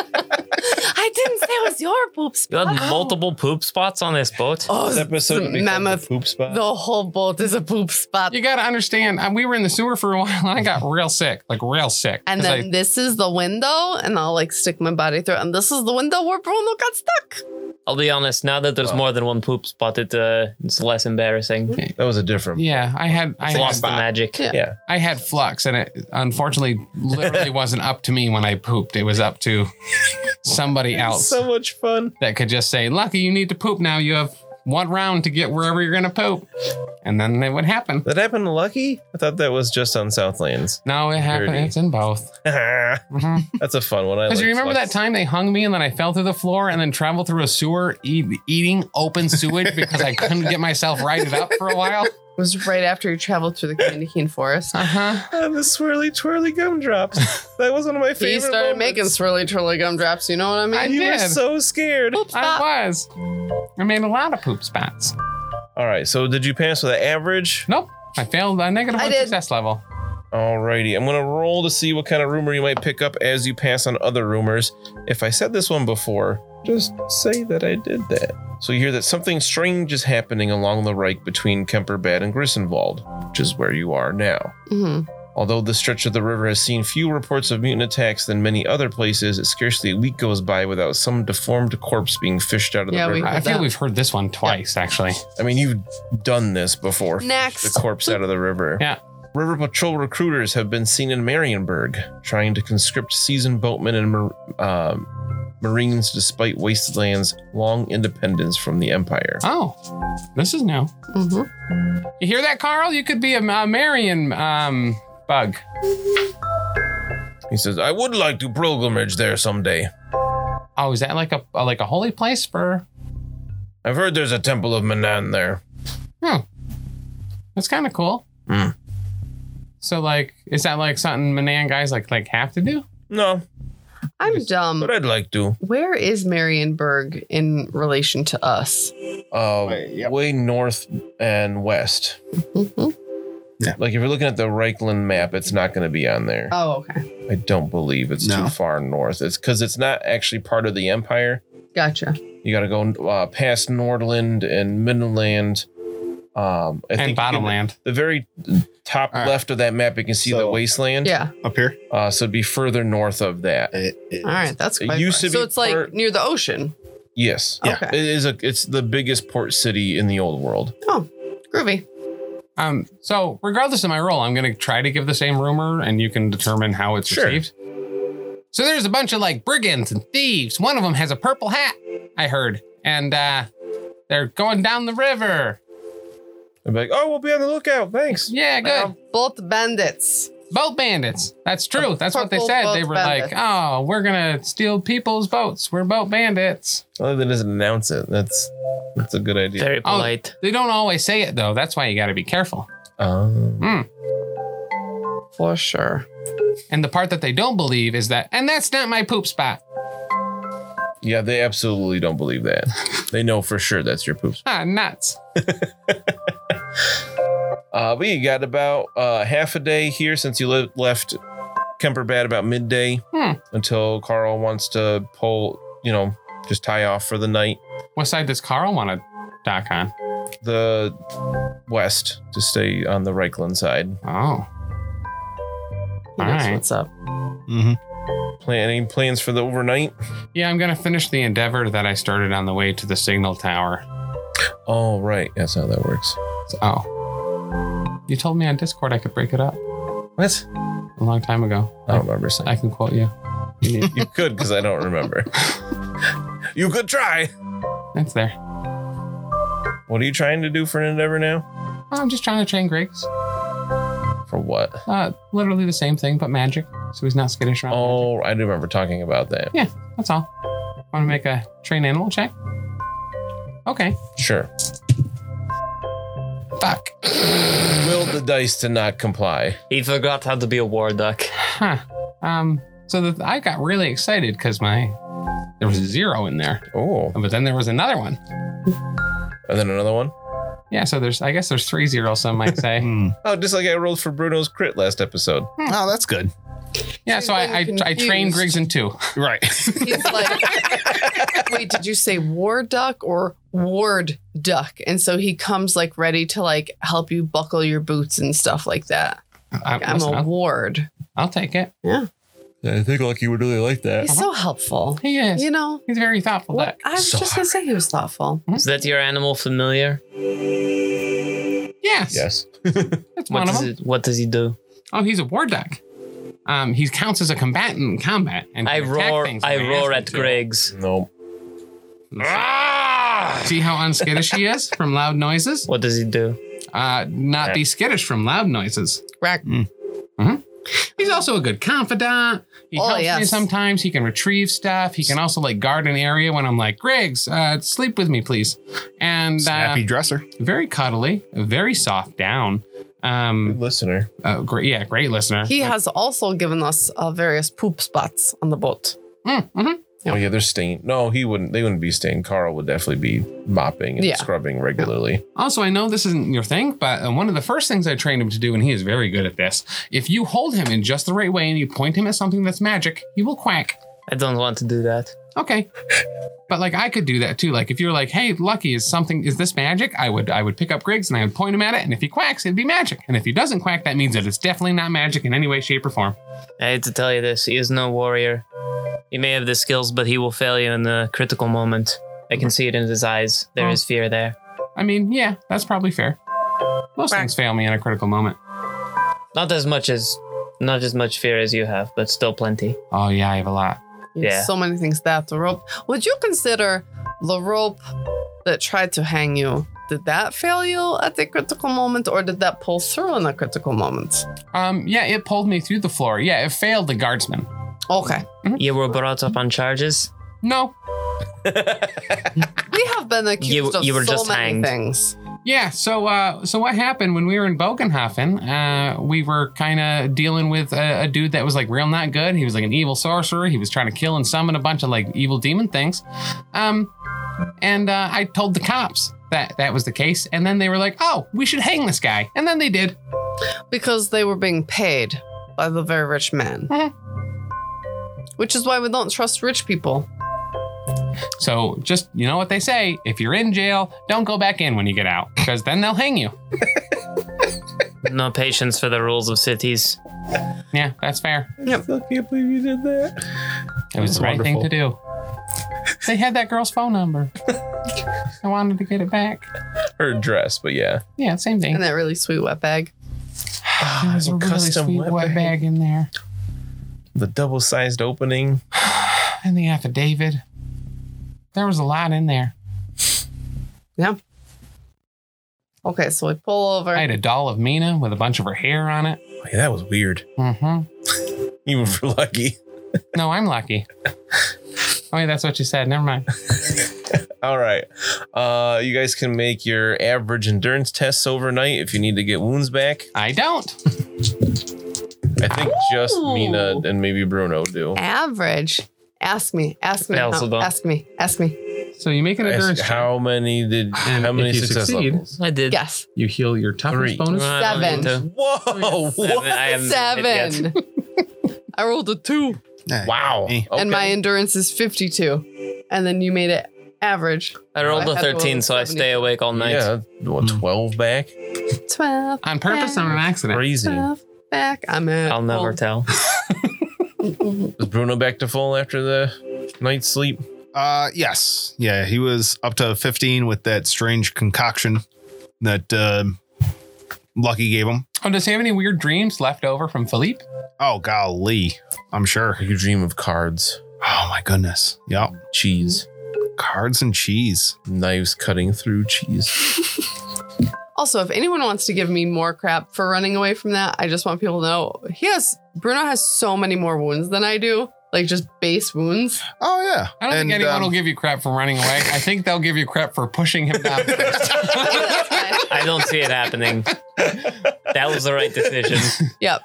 B: I didn't say it was your poop
H: you
B: spot.
H: had
D: Ah.
H: multiple poop spots on this boat.
B: Oh,
E: This episode
B: the
E: becomes
B: mammoth.
E: a poop spot.
B: The whole boat is a poop spot.
D: You got to understand, uh, we were in the sewer for a while and I got real sick, like real sick.
B: And
D: 'Cause
B: then this is the window, and I'll like stick my body through. it. And this is the window where Bruno got stuck.
H: I'll be honest. Now that there's more than one poop spot, it, uh, it's less embarrassing.
E: that was a
D: I-
E: different.
D: yeah, I had I
H: It's lost the
D: had,
H: magic.
B: Yeah.
D: I had flux, and it unfortunately literally wasn't up to me when I pooped. It was up to somebody else
E: So much fun.
D: that could just say, "Lucky, you need to poop now. You have one round to get wherever you're gonna poop," and then it would happen.
E: That happened to Lucky. I thought that was just on Southlands.
D: No, it happened.
E: Dirty.
D: It's in both.
E: That's
D: Mhm.
E: a fun one. I
D: Because you
E: like
D: remember
E: Flux.
D: that time they hung me and then I fell through the floor and then traveled through a sewer e- eating open sewage because I couldn't get myself righted up for a while?
B: It was right after you traveled through the candy cane forest.
D: Uh huh.
E: Ah, the swirly twirly gumdrops. that was one of my favorite.
B: He started making
E: moments.
B: swirly twirly gumdrops. You know what I mean?
D: I
E: You were
D: did.
E: so scared.
B: Poop
D: I
B: spot.
D: was. I made a lot of poop spots.
E: All right. So did you pass with an average?
D: Nope. I failed a negative
B: I
D: one
B: did.
D: success level.
E: Alrighty. I'm gonna roll to see what kind of rumor you might pick up as you pass on other rumors. If I said this one before, just say that I did that. So you hear that something strange is happening along the Reich between Kemperbad and Grissenwald, which is where you are now.
B: hmm
E: Although this stretch of the river has seen few reports of mutant attacks than many other places, scarcely a week goes by without some deformed corpse being fished out of the
B: Yeah, we-
E: river.
D: I feel
B: that.
D: we've heard this one twice, actually.
E: I mean, you've done this before. The
B: Next.
E: corpse out of the river.
D: Yeah.
E: River Patrol recruiters have been seen in Marienburg, trying to conscript seasoned boatmen and mar- uh, Marines despite wasteland's long independence from the Empire.
D: Oh, this is new.
B: hmm
D: You hear that, Carl? You could be a, a Marion um, bug.
E: He says, I would like to pilgrimage there someday.
D: Oh, is that like a, a- like a holy place for?
E: I've heard there's a temple of Manan there.
D: That's kind of cool.
E: Hmm.
D: So like, is that like something Manan guys like like have to do?
E: No,
B: I'm dumb.
E: but I'd like to.
B: Where is Marienburg in relation to us?
E: uh,
I: Wait, yep.
E: way north and west.
B: Mhm.
I: Yeah.
E: Like if you're looking at the Reichland map, it's not going to be on there.
B: Oh, okay.
E: I don't believe it's
I: No.
E: too far north. It's because it's not actually part of the empire.
B: Gotcha.
E: You got to go uh, past Nordland and Midland. Um, I
D: And
E: you can-
D: Bottomland.
E: The very top
I: All right.
E: left of that map, you can see the
I: So-
E: wasteland.
B: Yeah.
I: Up here.
E: Uh, so it'd be further north of that.
B: All right. That's
E: It
B: quite
E: used
B: far.
E: to
B: so
E: be
B: it's like
E: part-
B: near the ocean.
E: Yes.
I: Yeah.
B: Okay.
E: It is a. It's the biggest port city in the old world.
B: Groovy.
D: Um. So regardless of my role, I'm gonna try to give the same rumor, and you can determine how it's
E: Sure.
D: received. So there's a bunch of like brigands and thieves. One of them has a purple hat. I heard, and uh, they're going down the river.
E: I'd be like, oh, we'll be on the lookout. Thanks.
D: Yeah, good.
B: Both bandits.
D: Boat bandits. That's true. That's what they
B: Purple
D: said.
B: boat
D: They were
B: bandits.
D: like, oh, we're going to steal people's boats. We're boat bandits.
E: Other than doesn't announce it. That's that's a good idea.
D: Oh.
H: Very polite.
D: They don't always say it, though. That's why you got to be careful.
E: Um,
D: Hmm.
B: For sure.
D: And the part that they don't believe is that, and that's not my poop spot.
E: yeah, they absolutely don't believe that. they know for sure that's your poops.
D: Ah, nuts.
E: Uh, but you got about uh, half a day here since you le- left Kemperbad about midday
D: Hmm.
E: until Carl wants to pull, you know, just tie off for the night.
D: What side does Carl want to dock on?
E: The west to stay on the Reichland side.
D: Oh.
B: He
D: All
B: knows
D: right.
B: What's up?
I: Mm-hmm.
E: Planning plans for the overnight.
D: Yeah, I'm going to finish the endeavor that I started on the way to the signal tower.
E: Oh right, that's how that works.
D: Oh. You told me on Discord I could break it up
E: What?
D: a long time ago.
E: I don't remember
D: I
E: saying.
D: can quote you. You need-
E: you could because I don't remember. you could try.
D: That's there.
E: What are you trying to do for an endeavor now?
D: Oh, I'm just trying to train Griggs.
E: For what?
D: Uh, literally the same thing, but magic. So he's not skittish around. magic.
E: Oh, I do remember talking about that.
D: that's all. Want to make a train animal check? Okay.
E: Sure.
D: Fuck.
E: Will the dice to not comply?
H: He forgot how to be a war duck.
D: Huh. Um. So the, I got really excited because my there was a zero in there,
E: Oh,
D: but then there was another one.
E: and then another one.
D: Yeah. So there's I guess there's three zeros. Some might say.
E: Oh, just like I rolled for Bruno's crit last episode.
I: hmm.
D: Hmm.
I: Oh, that's good.
D: yeah. So I I, I trained Griggs in two.
I: Right.
B: He's like, wait, did you say war duck or ward duck? And so he comes like ready to like help you buckle your boots and stuff like that.
D: I,
B: I'm
D: listen,
B: a
D: I'll,
B: ward.
D: I'll take it.
J: I think Lucky would really like that.
B: He's so helpful.
D: He is.
B: You know,
D: He's very thoughtful.
B: what-
D: Duck.
B: I was just going to say he was thoughtful.
H: Is that your animal familiar?
D: Yes.
E: Yes.
D: That's
H: What
D: one of
H: does
D: them.
H: it, what does he do?
D: Oh, he's a war duck. Um, he counts as a combatant in combat. And
H: I
D: can attack
H: roar.
D: things
H: I
D: when
H: roar
D: ask
H: at
D: him to.
H: Griggs.
E: No.
D: See how unskittish he is from loud noises?
H: What does he do?
D: Uh, not be skittish from loud noises. Mm-hmm.
B: Rack.
D: He's also a good confidant. He
B: Oh,
D: helps me
B: yes.
D: sometimes. He can retrieve stuff. He can also like guard an area when I'm like, Griggs, uh, sleep with me, please. And uh,
I: Happy dresser.
D: very cuddly, very soft down.
E: Good
D: Um,
E: listener.
D: uh, great, yeah, great listener.
B: He has also given us uh, various poop spots on the boat.
D: Mm, mhm.
E: Oh yeah, they're stained. No, he wouldn't. They wouldn't be stained. Carl would definitely be mopping and
B: Yeah.
E: scrubbing regularly.
D: Also, I know this isn't your thing, but uh, one of the first things I trained him to do, and he is very good at this, if you hold him in just the right way and you point him at something that's magic, he will quack.
H: I don't want to do that.
D: Okay. But like I could do that too. Like if you're like, hey, Lucky, is something is this magic? I would I would pick up Griggs and I would point him at it, and if he quacks, it'd be magic. And if he doesn't quack, that means that it's definitely not magic in any way, shape, or form.
H: I hate to tell you this, he is no warrior. He may have the skills, but he will fail you in the critical moment. I can see it in his eyes.
B: Hmm.
H: There is fear there.
D: I mean, yeah, that's probably fair. Most things fail me in a critical moment.
H: Not as much as not as much fear as you have, but still plenty.
D: Oh yeah, I have a lot.
H: Yeah.
B: So many things that the rope. Would you consider the rope that tried to hang you? Did that fail you at the critical moment, or did that pull through in the critical moment?
D: Um, yeah, it pulled me through the floor. Yeah, it failed the guardsman.
B: Okay,
H: You were brought up on charges.
D: No.
B: we have been accused
H: You-
B: of
H: you were
B: so
H: just
B: many
H: hanged.
B: things.
D: Yeah, so uh, so what happened when we were in Bogenhofen? Uh, we were kind of dealing with a, a dude that was like real not good. He was like an evil sorcerer. He was trying to kill and summon a bunch of like evil demon things. Um, and uh, I told the cops that that was the case, and then they were like, "Oh, we should hang this guy," and then they did.
B: Because they were being paid by the very rich man.
D: Mhm.
B: Which is why we don't trust rich people.
D: So just you know what they say: if you're in jail, don't go back in when you get out, because then they'll hang you.
H: No patience for the rules of cities.
D: Yeah, that's fair.
E: I can't believe you did that.
D: It was the right thing to do. They had that girl's phone number. I wanted to get it back.
E: Her dress, but yeah.
D: Yeah, same thing.
B: And that really sweet wet bag.
D: There was a Ah, really
E: custom
D: sweet
E: wet
D: wet
E: bag.
D: bag in there.
E: The double sized opening.
D: And the affidavit. There was a lot in there.
B: Okay, so we pull over.
D: I had a doll of Mina with a bunch of her hair on it.
E: Oh, yeah, that was weird.
D: Mm-hmm.
E: Even
D: Mm.
E: for Lucky.
D: No, I'm lucky. Oh, yeah, that's what you said. Never mind.
E: All right. Uh, you guys can make your average endurance tests overnight if you need to get wounds back.
D: I don't.
E: I think just
B: Ooh.
E: Mina and maybe Bruno do.
B: Average. Ask me. Ask me.
H: I also
B: no,
H: don't.
B: ask me. Ask me.
D: So you make an endurance.
E: Ask how many did how
D: if
E: many
D: you
E: success
D: succeed-
E: levels?
H: I did.
B: Yes.
D: You heal your toughness
E: Three.
D: bonus.
H: Uh, I don't need
B: Seven. Oh,
H: to.
E: Whoa! What?
H: I haven't hit yet.
B: Seven. I rolled a two,
E: Wow.
I: Hey.
B: and my endurance is 52. And then you made it average.
H: I rolled
B: Oh, I
H: a
B: had to roll
H: 13, so I
B: 70.
H: stay awake all night.
E: Yeah, what,
D: Hmm.
E: 12 back?
B: 12
D: On purpose or an accident?
E: Crazy.
B: Twelve back. I'm at.
H: I'll never
B: full-
H: tell.
E: Is Bruno back to full after the night's sleep?
I: Uh, yes. Yeah, he was up to 15 with that strange concoction that um Lucky gave him.
D: Oh, does he have any weird dreams left over from Philippe?
I: Oh, golly. I'm sure.
E: You dream of cards,
I: Oh, my goodness. Yep.
E: cheese,
I: Cards and cheese.
E: knives cutting through cheese.
B: Also, if anyone wants to give me more crap for running away from that, I just want people to know he has Bruno has so many more wounds than I do, like just base wounds.
I: Oh, yeah.
D: I don't
I: And,
D: think anyone
I: um,
D: will give you crap for running away. I think they'll give you crap for pushing him down.
H: I don't see it happening. That was the right decision.
B: yep,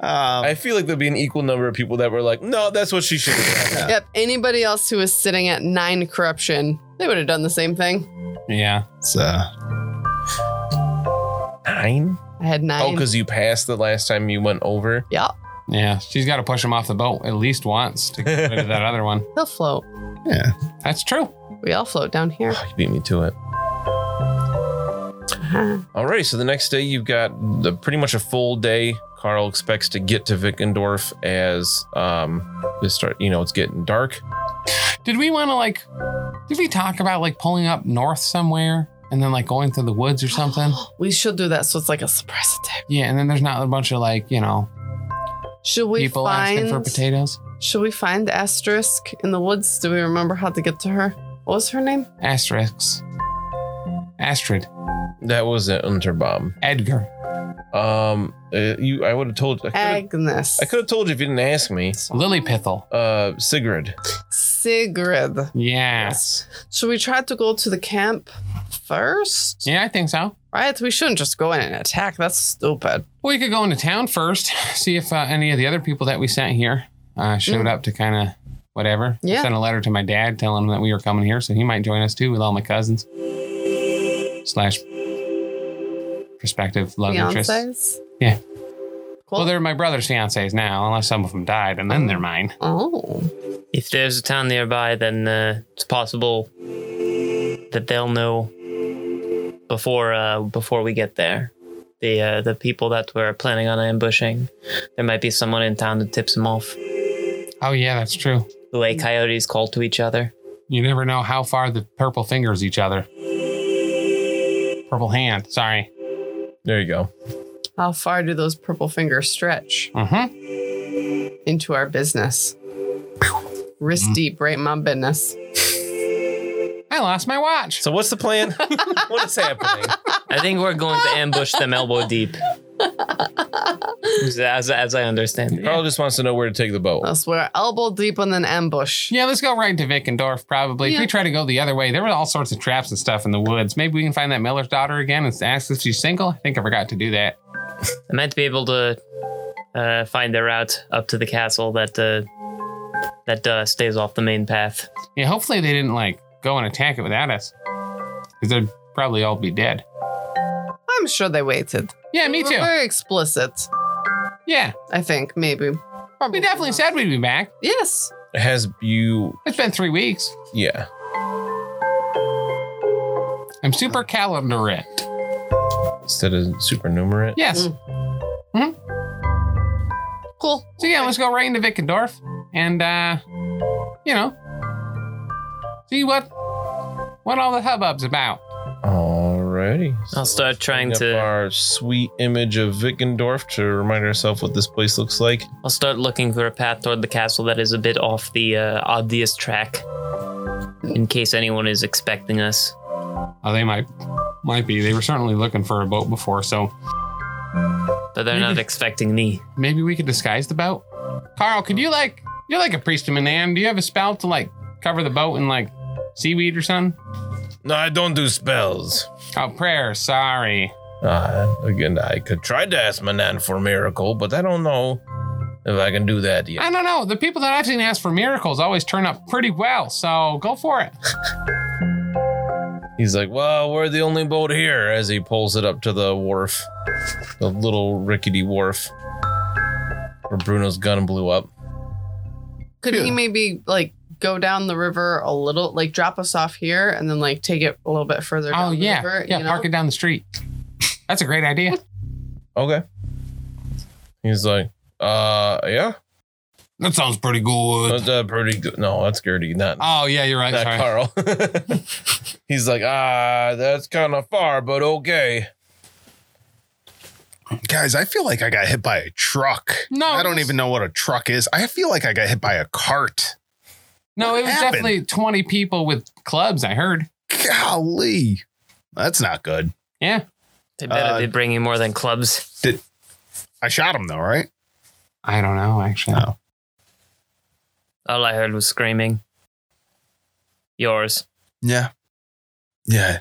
D: Oh.
I: um,
E: I feel like there'd be an equal number of people that were like, no, that's what she should have done.
B: yep. Anybody else who is sitting at nine corruption, they would have done the same thing.
D: yeah.
I: it's, uh,
E: Nine?
B: I had
E: Oh,
B: nine.
E: because you passed the last time you went over.
B: yep,
D: Yeah. She's got to push him off the boat at least once to get rid of that other one.
B: he'll float.
D: That's true.
B: We all float down here.
E: Oh, you beat me to it. All right, so the next day you've got the, pretty much a full day. Carl expects to get to Vickendorf as um, it start. You know, it's getting dark.
D: Did we want to like? Did we talk about like pulling up north somewhere and then like going through the woods or something?
B: We should do that, so it's like a surprise attack.
D: yeah, and then there's not a bunch of like you know
B: Should we
D: people asking
B: find?
D: for potatoes.
B: should we find Asterisk in the woods? Do we remember how to get to her? What was her name?
D: Asterisks. Astrid.
E: That was an Unterbomb.
D: Edgar.
E: Um, uh, you, I would have told. I could have-
B: Agnes.
E: I could have told you if you didn't ask me.
D: Lily Pithel.
E: Uh, Sigrid.
B: Sigrid.
D: Yeah.
B: Should we try to go to the camp first?
D: Yeah, I think so.
B: Right? We shouldn't just go in and attack. That's stupid.
D: We could go into town first, see if uh, any of the other people that we sent here uh, showed up to kind of whatever. I
B: Yeah.
D: Sent a letter to my dad telling him that we were coming here, so he might join us too with all my cousins slash prospective love interests.
B: Beyonce's?
D: Well, they're my brother's fiancés now, unless some of them died, and then they're mine.
B: Oh.
H: If there's a town nearby, then uh, it's possible that they'll know before uh, before we get there. The uh, the people that we're planning on ambushing, there might be someone in town that tips them off.
D: Oh yeah, that's true.
H: The way coyotes call to each other.
D: You never know how far the purple fingers each other. Purple hand. Sorry.
E: There you go.
B: How far do those purple fingers stretch
D: Mm-hmm.
B: into our business? Wrist
D: Mm-hmm.
B: deep, right in my business.
D: I lost my watch.
E: So what's the plan? what is happening?
H: I think we're going to ambush them elbow deep. as, as I understand it.
E: Carl just wants to know where to take the boat.
B: Else we're elbow deep in an ambush.
D: Yeah, let's go right into Vickendorf, probably. If
B: Yeah.
D: we try to go the other way, there were all sorts of traps and stuff in the woods. Maybe we can find that Miller's daughter again and ask if she's single. I think I forgot to do that.
H: I might be able to uh, find a route up to the castle that uh, that uh, stays off the main path.
D: Yeah, hopefully they didn't, like, go and attack it without us. Because they'd probably all be dead.
B: I'm sure they waited.
D: Yeah, me
B: We're
D: too.
B: Very explicit.
D: Yeah,
B: I think maybe.
D: we definitely said we'd be back.
B: Yes.
E: Has you?
D: It's been three weeks.
E: Yeah.
D: I'm super calendar it.
E: Instead of supernumerate.
D: Yes.
B: Cool.
D: So yeah, let's go right into Vickendorf and uh you know see what what all the hubbub's about.
E: Alrighty.
H: I'll start trying
E: Bring up
H: to.
E: our sweet image of Vickendorf to remind ourselves what this place looks like.
H: I'll start looking for a path toward the castle that is a bit off the uh, obvious track, in case anyone is expecting us.
D: Oh, they might might be. They were certainly looking for a boat before, so
H: But they're not expecting me.
D: maybe we could disguise the boat. Carl, could you like you're like a priest of Manan. Do you have a spell to like cover the boat in like seaweed or something?
E: No, I don't do spells.
D: Oh, prayer, sorry.
E: Uh, again, I could try to ask my nan for a miracle, but I don't know if I can do that yet.
D: I don't know. The people that I've seen ask for miracles always turn up pretty well, so go for it.
E: He's like, "Well, we're the only boat here." As he pulls it up to the wharf, the little rickety wharf where Bruno's gun blew up.
B: Could he
I: Yeah.
B: maybe like go down the river a little, like drop us off here and then like take it a little bit further down
D: Oh
B: the
D: yeah.
B: river?
D: yeah,
B: you know?
D: park it down the street. That's a great idea.
E: Okay. He's like, "Uh, yeah,
K: That sounds pretty good.
E: that's uh, pretty good." No, that's Gertie, not
D: Oh yeah, you're right.
E: not
D: sorry.
E: Carl. He's like, "Ah, that's kind of far, but okay."
I: Guys, I feel like I got hit by a truck.
D: No,
I: I don't
D: it's-
I: even know what a truck is. I feel like I got hit by a cart.
D: No, it was
I: happened?
D: definitely 20 people with clubs, I heard.
I: Golly. That's not good.
D: Yeah.
H: They better
I: Uh,
H: be bringing more than clubs.
I: I shot him though, right?
D: I don't know, actually.
I: Oh.
H: All I heard was screaming. Yours.
I: Yeah. Yeah.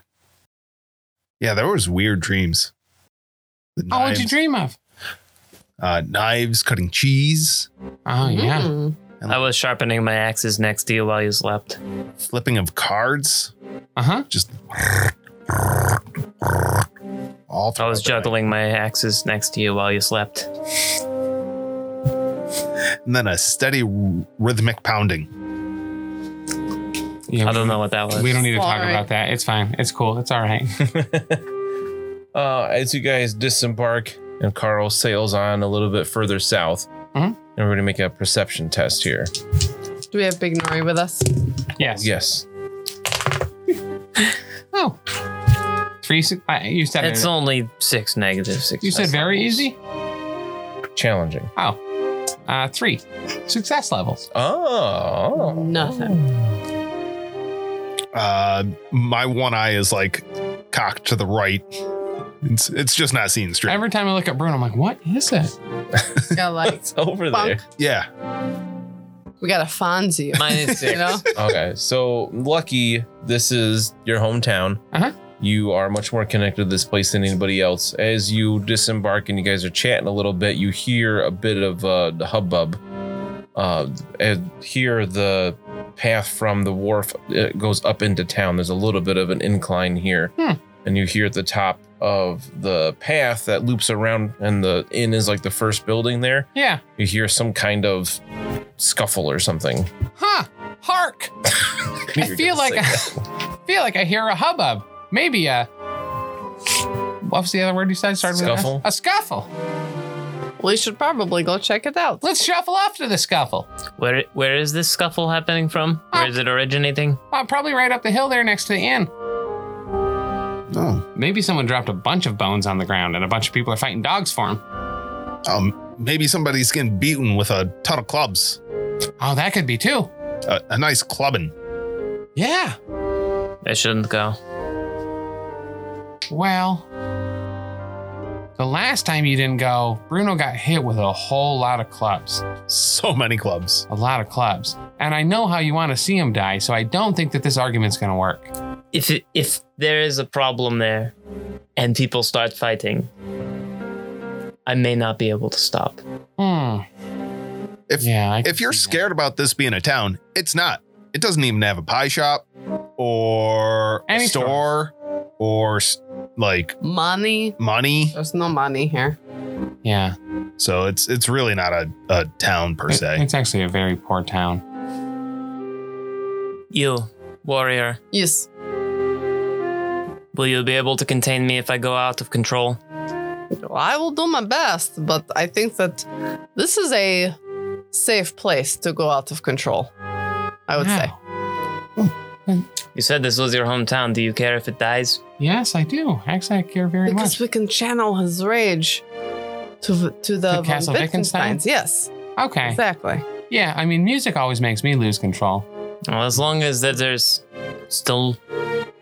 I: Yeah, there was weird dreams. The
D: Oh, what'd
I: knives,
D: you dream of?
I: uh, knives cutting cheese,
D: Oh, yeah.
B: Mm.
H: I was sharpening my axes next to you while you slept.
I: flipping of cards,
D: Uh huh.
I: just
H: I
I: all
H: was
I: throughout the night.
H: juggling my axes next to you while you slept.
I: and then a steady r- rhythmic pounding.
D: Yeah,
H: I don't
D: we-
H: know what that was.
D: We don't need to talk
B: Sorry.
D: about that. It's fine. It's cool. It's all right.
E: Uh, as you guys disembark and Carl sails on a little bit further south,
D: Mhm.
E: and we're gonna make a perception test here.
B: Do we have Big Nori with us?
D: Yes.
E: Yes.
D: Oh. Three, six, I, you said
H: It's
D: it.
H: only six negative six.
D: you said
H: That's-
D: very easy?
E: Challenging.
D: Oh. Uh, three. Success levels.
E: Oh.
B: Nothing.
I: Uh, my one eye is like cocked to the right. It's it's just not seeing straight.
D: Every time I look at Bruno, I'm like, what is that?
B: Yeah, like
E: It's over there.
B: Bonk.
I: yeah,
B: we got a Fonzie.
H: Mine is
B: You
H: six.
B: know?
E: okay. So lucky this is your hometown.
D: Uh-huh.
E: You are much more connected to this place than anybody else. As you disembark and you guys are chatting a little bit, you hear a bit of uh, the hubbub. Uh, and here the path from the wharf uh goes up into town. There's a little bit of an incline here.
D: Hmm.
E: and you hear at the top of the path that loops around, and the inn is like the first building there.
D: Yeah.
E: You hear some kind of scuffle or something.
D: Huh. Hark. I feel like I feel like I hear a hubbub. Maybe a what was the other word you said? Started
E: Scuffle?
D: With an S? a scuffle.
B: We should probably go check it out.
D: Let's shuffle off to the scuffle.
H: Where where is this scuffle happening from? Where is it originating?
D: Uh, probably right up the hill there next to the inn.
I: Oh,
D: Maybe someone dropped a bunch of bones on the ground and a bunch of people are fighting dogs for them.
I: um, maybe somebody's getting beaten with a ton of clubs.
D: Oh, that could be too.
I: A, a nice clubbing.
D: Yeah.
H: I shouldn't go.
D: Well, the last time you didn't go, Bruno got hit with a whole lot of clubs.
I: So many clubs.
D: A lot of clubs. And I know how you want to see him die, so I don't think that this argument's going to work.
H: If it, if there is a problem there, and people start fighting, I may not be able to stop.
D: Hmm.
I: If-
D: yeah, I can
I: If you're
D: see that.
I: scared about this being a town, it's not. It doesn't even have a pie shop or
D: Any
I: a store or s- like
B: Money.
I: money.
B: There's no money here.
D: yeah,
I: So it's it's really not a, a town per
D: it-
I: se.
D: it's actually a very poor town.
H: You, warrior,
B: Yes.
H: will you be able to contain me if I go out of control?
B: I will do my best, but I think that this is a safe place to go out of control. I would say.
H: You said this was your hometown. Do you care if it dies?
D: Yes, I do. Actually, I care very
B: Because
D: much.
B: we can channel his rage to the, to the
D: To
B: von
D: Castle Wittgenstein?
B: Wittgensteins. Yes,
D: okay.
B: exactly.
D: Yeah, I mean, music always makes me lose control.
H: Well, as long as that there's still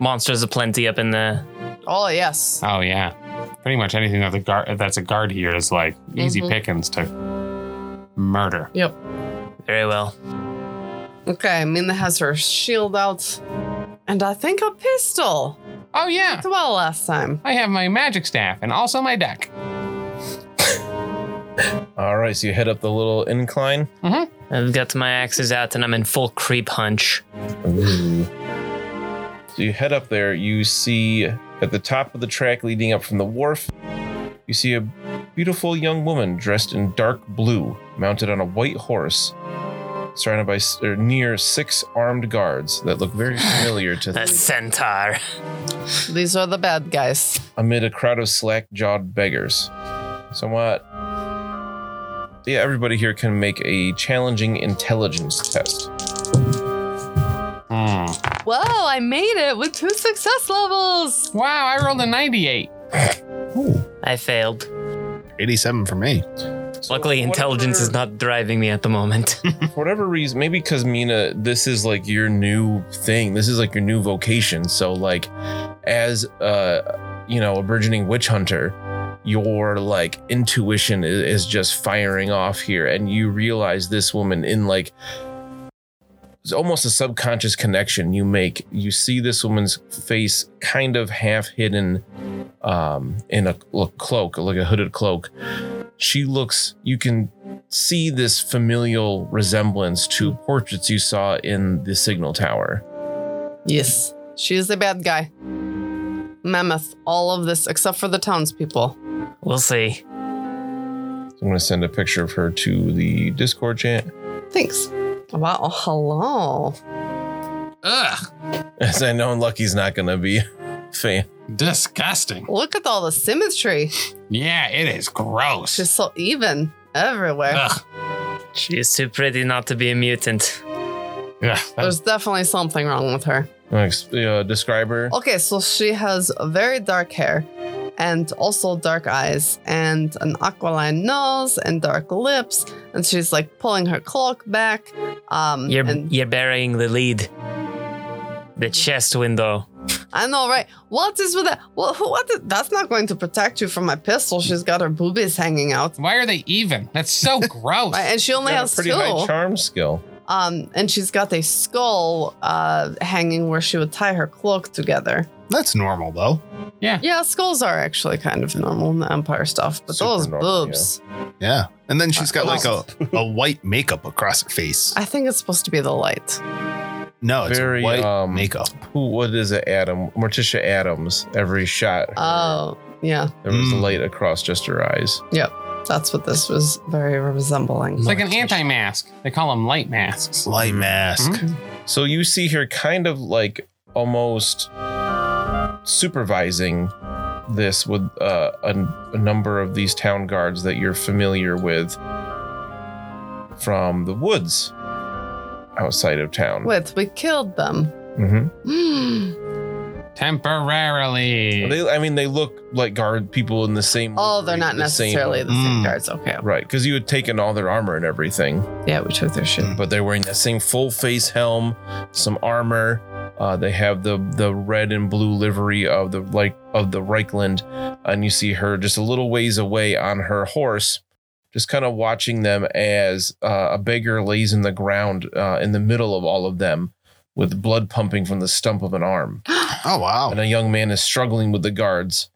H: monsters aplenty up in the
B: Oh yes.
D: Oh yeah, pretty much anything that the guard that's a guard here is like easy
B: Mhm.
D: pickings to murder.
H: very well.
B: Okay, Mina has her shield out, and I think a pistol.
D: Oh yeah,
B: Did Well, last time.
D: I have my magic staff and also my deck.
E: All right, so you head up the little incline.
H: I've got my axes out and I'm in full creep hunch.
E: So you head up there, you see at the top of the track leading up from the wharf, you see a beautiful young woman dressed in dark blue, mounted on a white horse, surrounded by s- or near six armed guards that look very familiar to
H: A
E: them
H: centaur.
B: These are the bad guys.
E: amid a crowd of slack jawed beggars. Somewhat. Yeah, everybody here can make a challenging intelligence test.
D: Hmm.
B: Whoa! I made it with two success levels.
D: Wow, I rolled a ninety-eight.
H: I failed.
I: 87 for me.
E: So
H: Luckily, intelligence
E: whatever-
H: is not driving me at the moment.
E: for whatever reason, maybe because Mina, this is like your new thing. This is like your new vocation. So, like, as uh, you know, a burgeoning witch hunter, your like intuition is, is just firing off here, and you realize this woman in like it's almost a subconscious connection you make. You see this woman's face kind of half hidden um, in a look, cloak, like a hooded cloak. She looks, you can see this familial resemblance to portraits you saw in the signal tower.
B: Yes, she is the bad guy. Mammoth. All of this except for the townspeople.
H: we'll see.
E: So I'm going to send a picture of her to the Discord chat.
B: Thanks. Wow. Hello.
A: Ugh,
E: As I know, Lucky's not going to be a fan.
A: disgusting.
B: Look at all the symmetry.
D: Yeah, it is gross.
B: She's so even everywhere.
D: Uh,
A: Ugh.
H: She is too pretty not to be a mutant.
B: There's definitely something wrong with her.
E: Next, uh, describe her.
B: Okay, so she has very dark hair and also dark eyes and an aquiline nose and dark lips and she's like pulling her cloak back um
H: You're
B: and
H: you're burying the lead. The chest window.
B: i know right what is with that well who what the- that's not going to protect you from my pistol she's got her boobies hanging out
D: Why are they even? That's so gross.
B: right? and she only
E: Got
B: has
E: a pretty
B: two
E: high charm skill.
B: um and she's got a skull uh hanging where she would tie her cloak together
I: That's normal though.
B: yeah skulls are actually kind of normal in the empire stuff but
E: Super
B: those
E: normal,
B: boobs
I: Yeah. And then she's got like a, a white makeup across her face.
B: I think it's supposed to be the light.
I: No, Oh, it's
E: Very,
I: a white
E: um,
I: makeup.
E: Who? What is it? Adam? Morticia Adams. Every shot,
B: Oh, yeah.
E: there was
I: Mm.
E: light across just her eyes.
B: That's what this was very resembling.
D: It's like an anti mask. They call them light masks. Hmm?
I: Light mask.
D: Mm-hmm.
E: So you see her kind of like almost supervising this with uh, a, a number of these town guards that you're familiar with from the woods outside of town.
B: With we killed them. Oh,
E: hmm
D: Temporarily.
E: They, I mean, they look like guard people in the same.
B: oh, they're not
E: the same-
B: necessarily the same
I: Mm.
B: guards. Okay.
E: Right, because you had taken all their armor and everything,
B: Yeah, we took their shit.
E: but they're wearing that same full face helm, some armor. Uh, they have the the red and blue livery of the like of the Reichland, and you see her just a little ways away on her horse, just kind of watching them as uh, a beggar lays in the ground uh, in the middle of all of them, with blood pumping from the stump of an arm
I: Oh wow.
E: and a young man is struggling with the guards.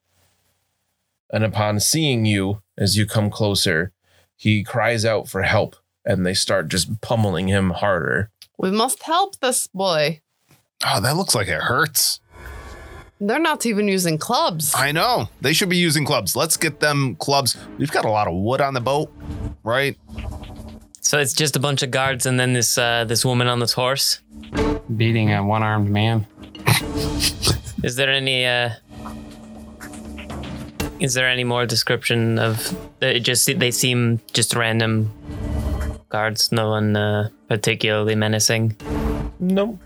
E: And upon seeing you as you come closer, he cries out for help, and they start just pummeling him harder.
B: We must help this boy.
I: Oh, that looks like it hurts.
B: They're not even using clubs.
I: I know. They should be using clubs. Let's get them clubs. We've got a lot of wood on the boat, right?
H: So it's just a bunch of guards and then this uh, this woman on this horse.
D: Beating a one armed man.
H: Is there any uh, is there any more description of it? Just they seem just random guards, no one uh, particularly menacing.
E: No,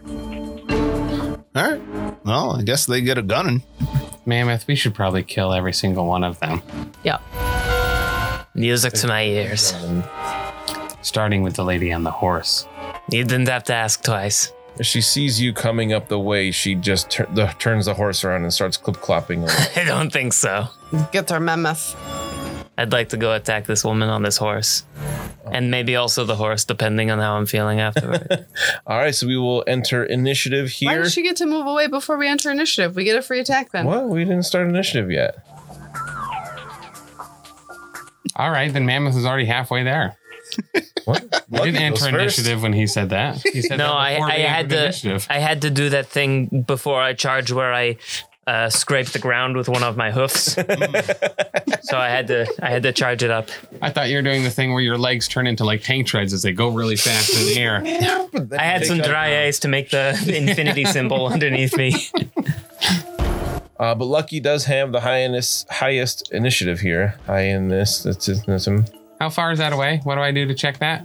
I: All right. Well, I guess they get a gunning.
D: Mammoth, we should probably kill every single one of them,
B: Yeah.
H: Music to my ears.
D: starting with the lady on the horse.
H: You didn't have to ask twice.
E: As she sees you coming up the way, she just tur- the, turns the horse around and starts clip clopping.
H: I don't think so.
B: Get their mammoth.
H: I'd like to go attack this woman on this horse. And maybe also the horse, depending on how I'm feeling afterward.
E: All right, so we will enter initiative
B: Why
E: here.
B: did she get to move away before we enter initiative? We get a free attack then.
E: what? We didn't start initiative yet.
D: All right, then Mammoth is already halfway there.
E: What?
D: We didn't enter initiative when he said that. He said
H: no,
D: that
H: I,
D: before we
H: I had
D: entered
H: to
D: initiative.
H: I had to do that thing before I charge where I uh, scrape the ground with one of my hoofs. so I had to I had to charge it up.
D: I thought you were doing the thing where your legs turn into like tank treads as they go really fast in the air.
H: I had some dry ice to make the infinity symbol underneath me.
E: Uh, but Lucky does have the highest highest initiative here. High in this. That's that's him.
D: How far is that away? What do I do to check that?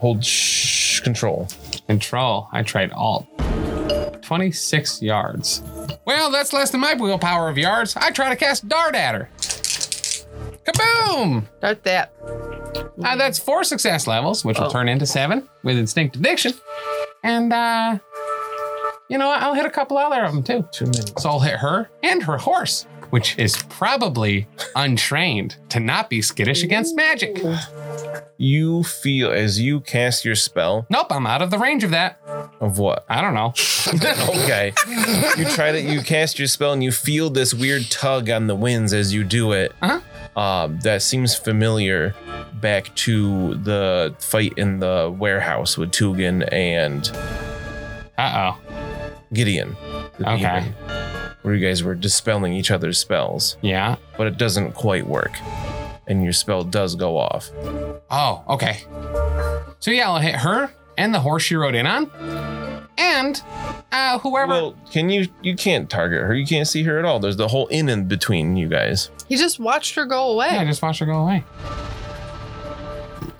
E: Hold sh- control.
D: Control. I tried alt. 26 yards. Well, that's less than my willpower of yards. I try to cast dart at her. Kaboom!
B: Start that.
D: Uh, that's four success levels, which will
B: Oh.
D: turn into seven with instinct addiction. And, uh, you know what? I'll hit a couple other of them too.
E: Two minutes.
D: So I'll hit her and her horse, which is probably untrained to not be skittish against magic.
E: You feel as you cast your spell
D: Nope, I'm out of the range of that.
E: of what?
D: I don't know.
E: Okay. you try to you cast your spell and you feel this weird tug on the winds as you do it.
D: Uh-huh.
E: Um, that seems familiar back to the fight in the warehouse with Tugan and
D: Uh oh.
E: Gideon. the
D: Okay.
E: demon, where you guys were dispelling each other's spells.
D: Yeah.
E: but it doesn't quite work. And your spell does go off.
D: Oh, okay. So yeah, I'll hit her and the horse she rode in on, and uh, whoever.
E: Well, can you? You can't target her. You can't see her at all. There's the whole in in between you guys.
B: He just watched her go away.
D: yeah, I just watched her go away.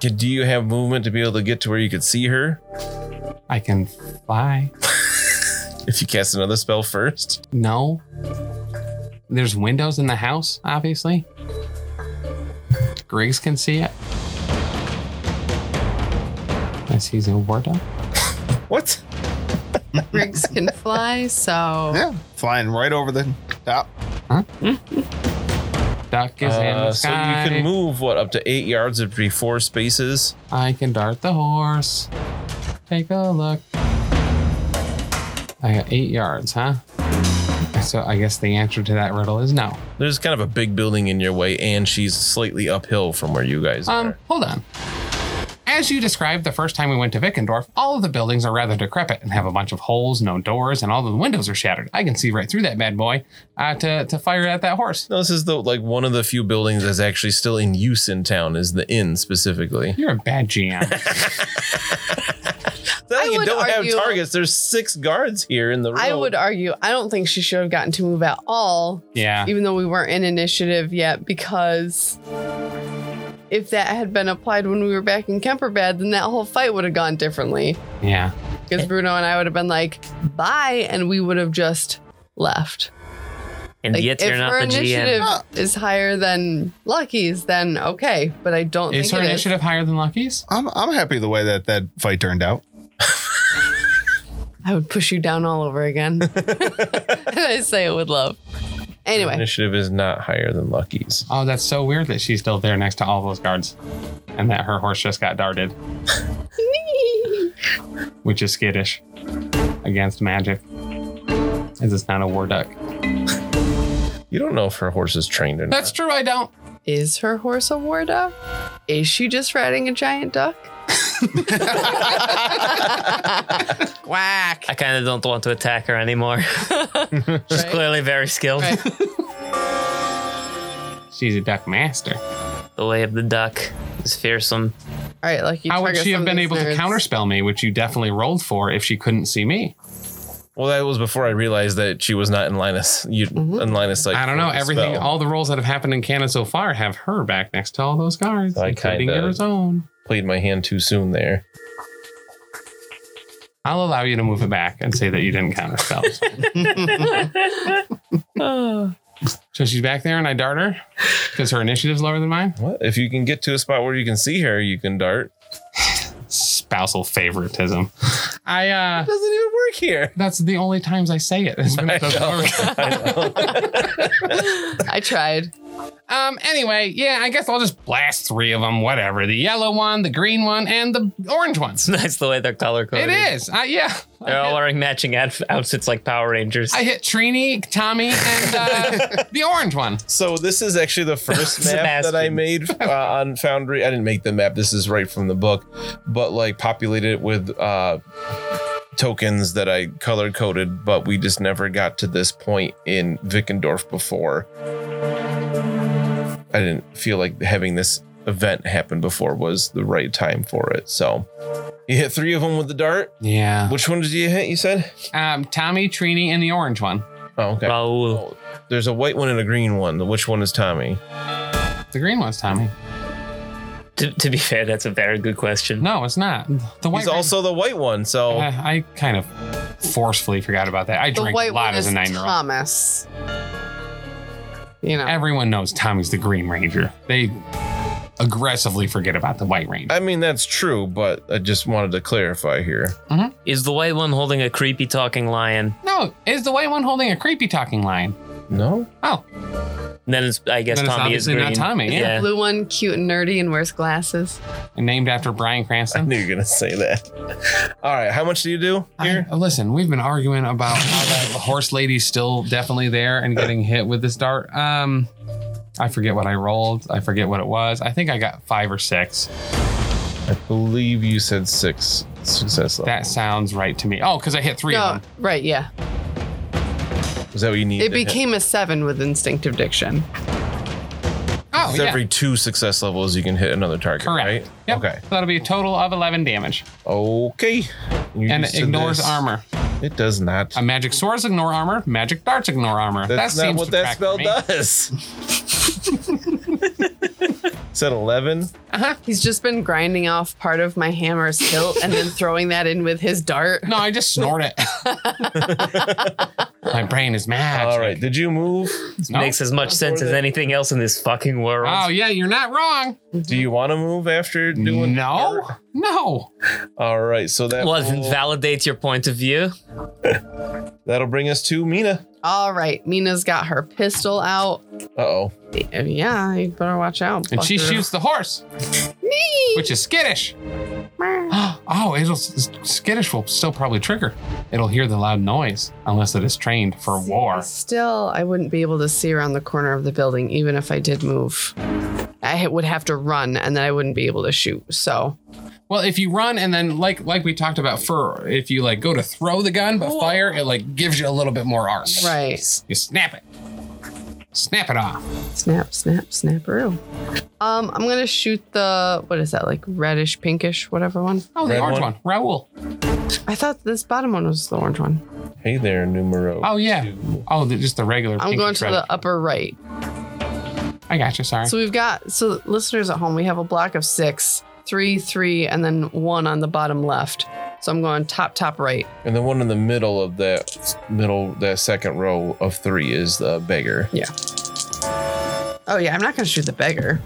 E: Did- Do you have movement to be able to get to where you could see her
D: I can fly.
E: if you cast another spell first?
D: No. There's windows in the house, obviously. Griggs can see it. I see Zilberta.
E: What?
B: Briggs can fly, so
I: Yeah. Flying right over the top.
D: Duck is in
E: Uh,
D: the
E: so
D: sky.
E: you can move what up to eight yards would be four spaces.
D: I can dart the horse. Take a look. I got eight yards, huh? So I guess the answer to that riddle is no.
E: There's kind of a big building in your way, and she's slightly uphill from where you guys
D: Um,
E: are.
D: hold on. As you described the first time we went to Vickendorf, all of the buildings are rather decrepit and have a bunch of holes, no doors, and all of the windows are shattered. I can see right through that bad boy uh, to, to fire at that horse.
E: No, this is the like one of the few buildings that's actually still in use in town is the inn specifically.
D: You're a bad GM.
E: It's not
B: I
E: like you
B: would
E: don't
B: argue-
E: have targets. There's six guards here in the room.
B: I would argue I don't think she should have gotten to move at all,
D: yeah.
B: even though we weren't in initiative yet, because if that had been applied when we were back in Kemperbad, then that whole fight would have gone differently.
D: Yeah.
B: Because Bruno and I would have been like, bye, and we would have just left.
H: And
B: Like,
H: yet you're
B: if
H: not
B: her
H: the
B: initiative
H: GM.
B: is higher than Lucky's, then okay. But I don't
D: Is her
B: think it is.
D: initiative higher than Lucky's?
I: I'm I'm happy the way that that fight turned out.
B: I would push you down all over again. and I say it with love. Anyway,
E: Initiative is not higher than Lucky's.
D: Oh, that's so weird that she's still there next to all those guards and that her horse just got darted, which is skittish against magic. As it's not a war duck.
E: You don't know if her horse is trained or not.
D: That's true, I don't.
B: is her horse a war duck? Is she just riding a giant duck? Quack.
H: I kind of don't want to attack her anymore. She's
B: Right.
H: clearly very skilled.
B: Right.
D: She's a duck master.
H: The way of the duck is fearsome.
B: All right, Lucky.
D: How would
B: target
D: she have
B: some of
D: been
B: these
D: able to
B: nerds.
D: counterspell me, which you definitely rolled for, if she couldn't see me?
E: well, that was before I realized that she was not in Linus. You in Linus like
D: I don't know.
E: for the
D: Everything,
E: spell.
D: all the rolls that have happened in canon so far have her back next to all those guards,
E: I
D: including
E: kinda-
D: yours own.
E: played my hand too soon there.
D: I'll allow you to move it back and say that you didn't counterspell. so she's back there, and I dart her because her initiative's lower than mine.
E: What if you can get to a spot where you can see her? You can dart.
D: Spousal favoritism. I uh,
E: Doesn't even work here.
D: that's the only times I say it. is when it doesn't work.
B: I tried.
D: Um. Anyway, yeah, I guess I'll just blast three of them. Whatever. The yellow one, the green one, and the orange ones.
H: It's nice the way they're color coded.
D: It is. Uh, yeah.
H: They're all wearing matching outf- outfits like Power Rangers.
D: I hit Trini, Tommy, and uh, the orange one.
E: So this is actually the first map that I
H: Sebastian.
E: made uh, on Foundry. I didn't make the map. This is right from the book, but like populated it with uh, tokens that I color coded. But we just never got to this point in Vickendorf before. I didn't feel like having this event happen before was the right time for it. So you hit three of them with the dart.
D: Yeah.
E: Which one did you hit? You said.
D: Um. Tommy, Trini, and the orange one.
E: Oh, okay.
H: Raul.
E: There's a white one and a green one. Which one is Tommy?
D: The green one's Tommy.
H: To, to be fair, that's a very good question.
D: No, it's not. The white.
E: He's also the white one. So.
D: Uh, I kind of forcefully forgot about that. I
B: The
D: drank a
B: white
D: lot
B: one
D: as
B: is
D: a nine-year-old.
B: Thomas. You know,
D: Everyone knows Tommy's the Green Ranger. They aggressively forget about the White Ranger.
E: I mean, that's true, but I just wanted to clarify here.
H: Is the white one holding a creepy talking lion?
D: No, is the white one holding a creepy talking lion?
E: No?
D: Oh,
H: Then it's, I guess
D: Then it's
H: Tommy is
D: obviously
H: green.
D: not Tommy, yeah.
B: blue one, cute and nerdy, and wears glasses.
D: and named after Brian
E: I
D: Cranston.
E: knew you were going to say that. All right. How much do you do here?
D: I- Oh, listen, we've been arguing about how that horse lady's still definitely there and getting hit with this dart. Um, I forget what I rolled. I forget what it was. I think I got five or six.
E: I believe you said six success level.
D: That sounds right to me. Oh, because I hit three of
B: No,
D: them.
B: right? Yeah,
E: Is that what you need?
B: it
E: to hit?
B: became a seven with instinctive diction.
D: Oh,
E: It's
D: yeah.
E: every two success levels you can hit another target,
D: Correct.
E: right?
D: Yep.
E: Okay.
D: So that'll be a total of 11 damage.
E: Okay. You
D: and
E: just
D: it
E: did
D: ignores
E: this.
D: armor.
E: It does not.
D: A magic swords ignore armor. Magic darts ignore armor.
E: that's
D: that
E: not
D: seems
E: what
D: to
E: that
D: track for
E: spell
D: me.
E: does. said 11.
B: Uh-huh. He's just been grinding off part of my hammer's hilt and then throwing that in with his dart.
D: No, I just snort it. My brain is mad.
E: All right. Did you move?
D: No?
H: Makes as much sense as anything else in this fucking world.
D: Oh yeah, you're not wrong.
E: Do you want to move after doing?
D: no, no.
E: All right. So that
H: well,
E: will-
H: it validates your point of view.
E: That'll bring us to Mina.
B: All right, Mina's got her pistol out.
E: Uh oh.
B: Yeah, you better watch out.
D: And she
B: fucker.
D: shoots the horse, which is skittish. oh, it'll skittish will still probably trigger. It'll hear the loud noise unless it is trained for war.
B: Still, I wouldn't be able to see around the corner of the building, even if I did move. I ha- would have to run, and then I wouldn't be able to shoot. So
D: Well, if you run and then like like we talked about fur, if you like go to throw the gun but fire, it like gives you a little bit more arc.
B: Right.
D: You snap it. Snap it off.
B: Snap, snap, snapperoo. Um, I'm gonna shoot the what is that like reddish, pinkish, whatever one.
D: Oh, the
E: Red
D: orange one.
E: one.
D: Raul.
B: I thought this bottom one was the orange one.
E: Hey there, numero.
D: Oh yeah. Oh, the, just the regular.
B: I'm
D: pinky
B: going to
D: red.
B: the upper right.
D: I got you. Sorry.
B: So we've got so listeners at home, we have a block of six, three, three, and then one on the bottom left. So I'm going top, top right.
E: And the one in the middle of that middle, that second row of three is the beggar.
B: Oh yeah, I'm not gonna shoot the beggar.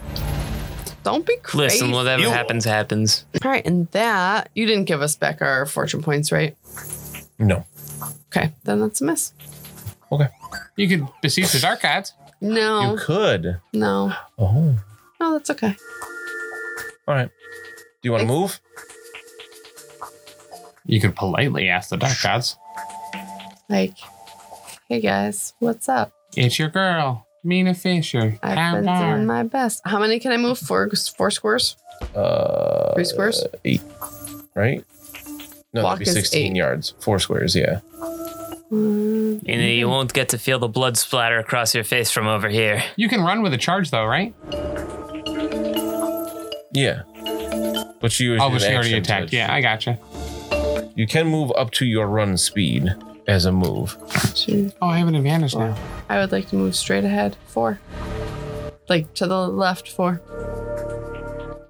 B: Don't be crazy.
H: Listen, whatever happens, happens.
B: All right, and that you didn't give us back our fortune points, right?
E: No.
B: Okay, then that's a miss.
D: you could besiege the dark gods.
B: No,
D: Oh.
E: You could. Do
B: no.
E: Oh.
B: No, that's okay.
E: you want to move?
D: You could politely ask the dark gods.
B: Like, hey guys, what's up?
D: It's your girl, Mina Fisher.
B: I've
D: How
B: been
D: far?
B: doing my best. How many can I move? Four, four squares?
E: Uh,
B: Three squares?
E: right? No,
B: Walk
E: that'd be
B: is
E: 16
B: eight.
E: yards. Four squares, yeah. Uh,
B: Mm,
H: You know, you won't get to feel the blood splatter across your face from over here.
D: You can run with a charge though, right?
E: Yeah. But you
D: Oh,
E: an
D: but she already
E: action
D: attacked.
E: to-
D: Yeah, I got you.
E: You can move up to your run speed as a move.
B: two.
D: Oh, I have an advantage now.
B: I would like to move straight ahead. Four. Like to the left, four.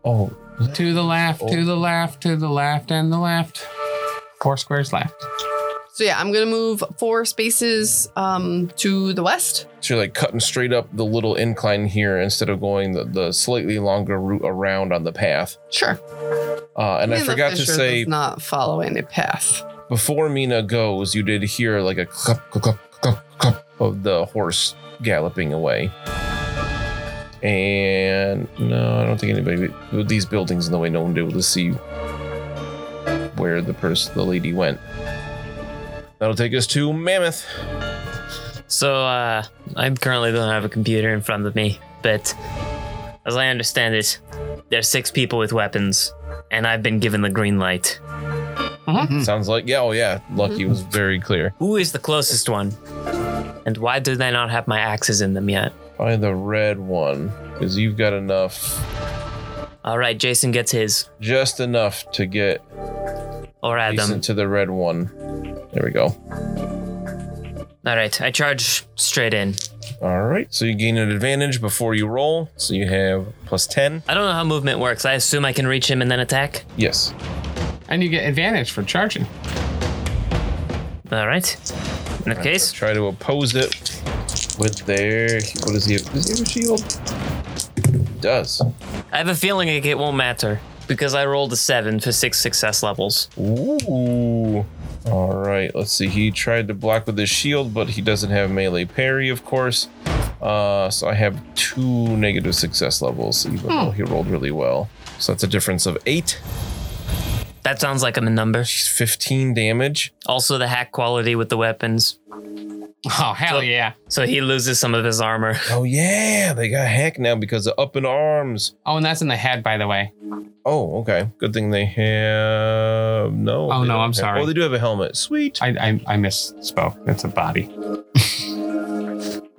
E: Oh,
D: To the left, to the left, to the left, and the left. Four squares left.
B: So yeah, I'm gonna move four spaces um to the west.
E: so you're like cutting straight up the little incline here instead of going the, the slightly longer route around on the path.
B: Sure.
E: Uh, and I
B: Mina
E: forgot to
B: Fisher
E: say
B: does not follow any path.
E: before Mina goes, you did hear like a clup, clup, clup, clup of the horse galloping away. And no, I don't think anybody with these buildings in the way, no one would be able to see where the person, the lady went. That'll take us to Mammoth.
H: So, uh, I currently don't have a computer in front of me, but as I understand it, there's six people with weapons, and I've been given the green light.
B: Hmm.
E: Sounds like yeah, oh yeah, Lucky was very clear.
H: Who is the closest one? And why do they not have my axes in them yet?
E: Probably the red one, because you've got enough,
H: All right, Jason gets his,
E: just enough to get
H: or Adam.
E: decent to the red one. There we go.
H: All right, I charge straight in.
E: All right. So you gain an advantage before you roll. So you have plus 10.
H: I don't know how movement works. I assume I can reach him and then attack.
E: Yes.
D: And you get advantage for charging.
H: All right. In that case,
E: Try to oppose it with their. What is he? Does he have a shield? Does.
H: I have a feeling like it won't matter because I rolled a seven for six success levels.
E: Ooh. All right. Let's see. He tried to block with his shield, but he doesn't have melee parry, of course. Uh, so I have two negative success levels, even though
D: Hmm.
E: he rolled really well. So that's a difference of eight.
H: That sounds like I'm a number.
E: 15 damage.
H: Also, the hack quality with the weapons.
D: Oh hell
H: So-
D: yeah!
H: So he loses some of his armor.
E: Oh, yeah. They got hacked now because of up in arms.
D: Oh, and that's in the head, by the way.
E: Oh, okay. Good thing they have no.
D: Oh,
E: they
D: no,
E: don't
D: I'm
E: have-
D: sorry.
E: Oh, they do have a helmet. Sweet.
D: I I, I misspoke. That's a body.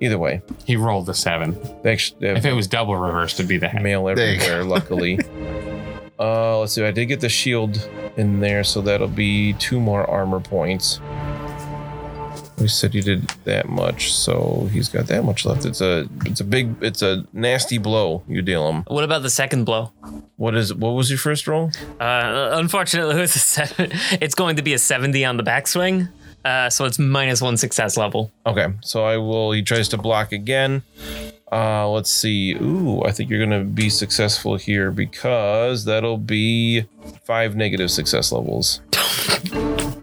E: Either way,
D: He rolled a seven.
E: they actually they
D: If it
E: have
D: was double reversed, it'd be the head.
E: mail
I: There you
E: everywhere. luckily, uh, let's see. I did get the shield in there, so that'll be two more armor points. We said he did that much, so he's got that much left. It's a it's a big it's a nasty blow you deal him.
H: What about the second blow?
E: What is what was your first roll?
H: Uh, unfortunately, it was a seven. It's going to be a 70 on the backswing. Uh, so it's minus one success level.
E: Okay, so I will. He tries to block again. Uh, let's see. Ooh, I think you're gonna be successful here because that'll be five negative success levels.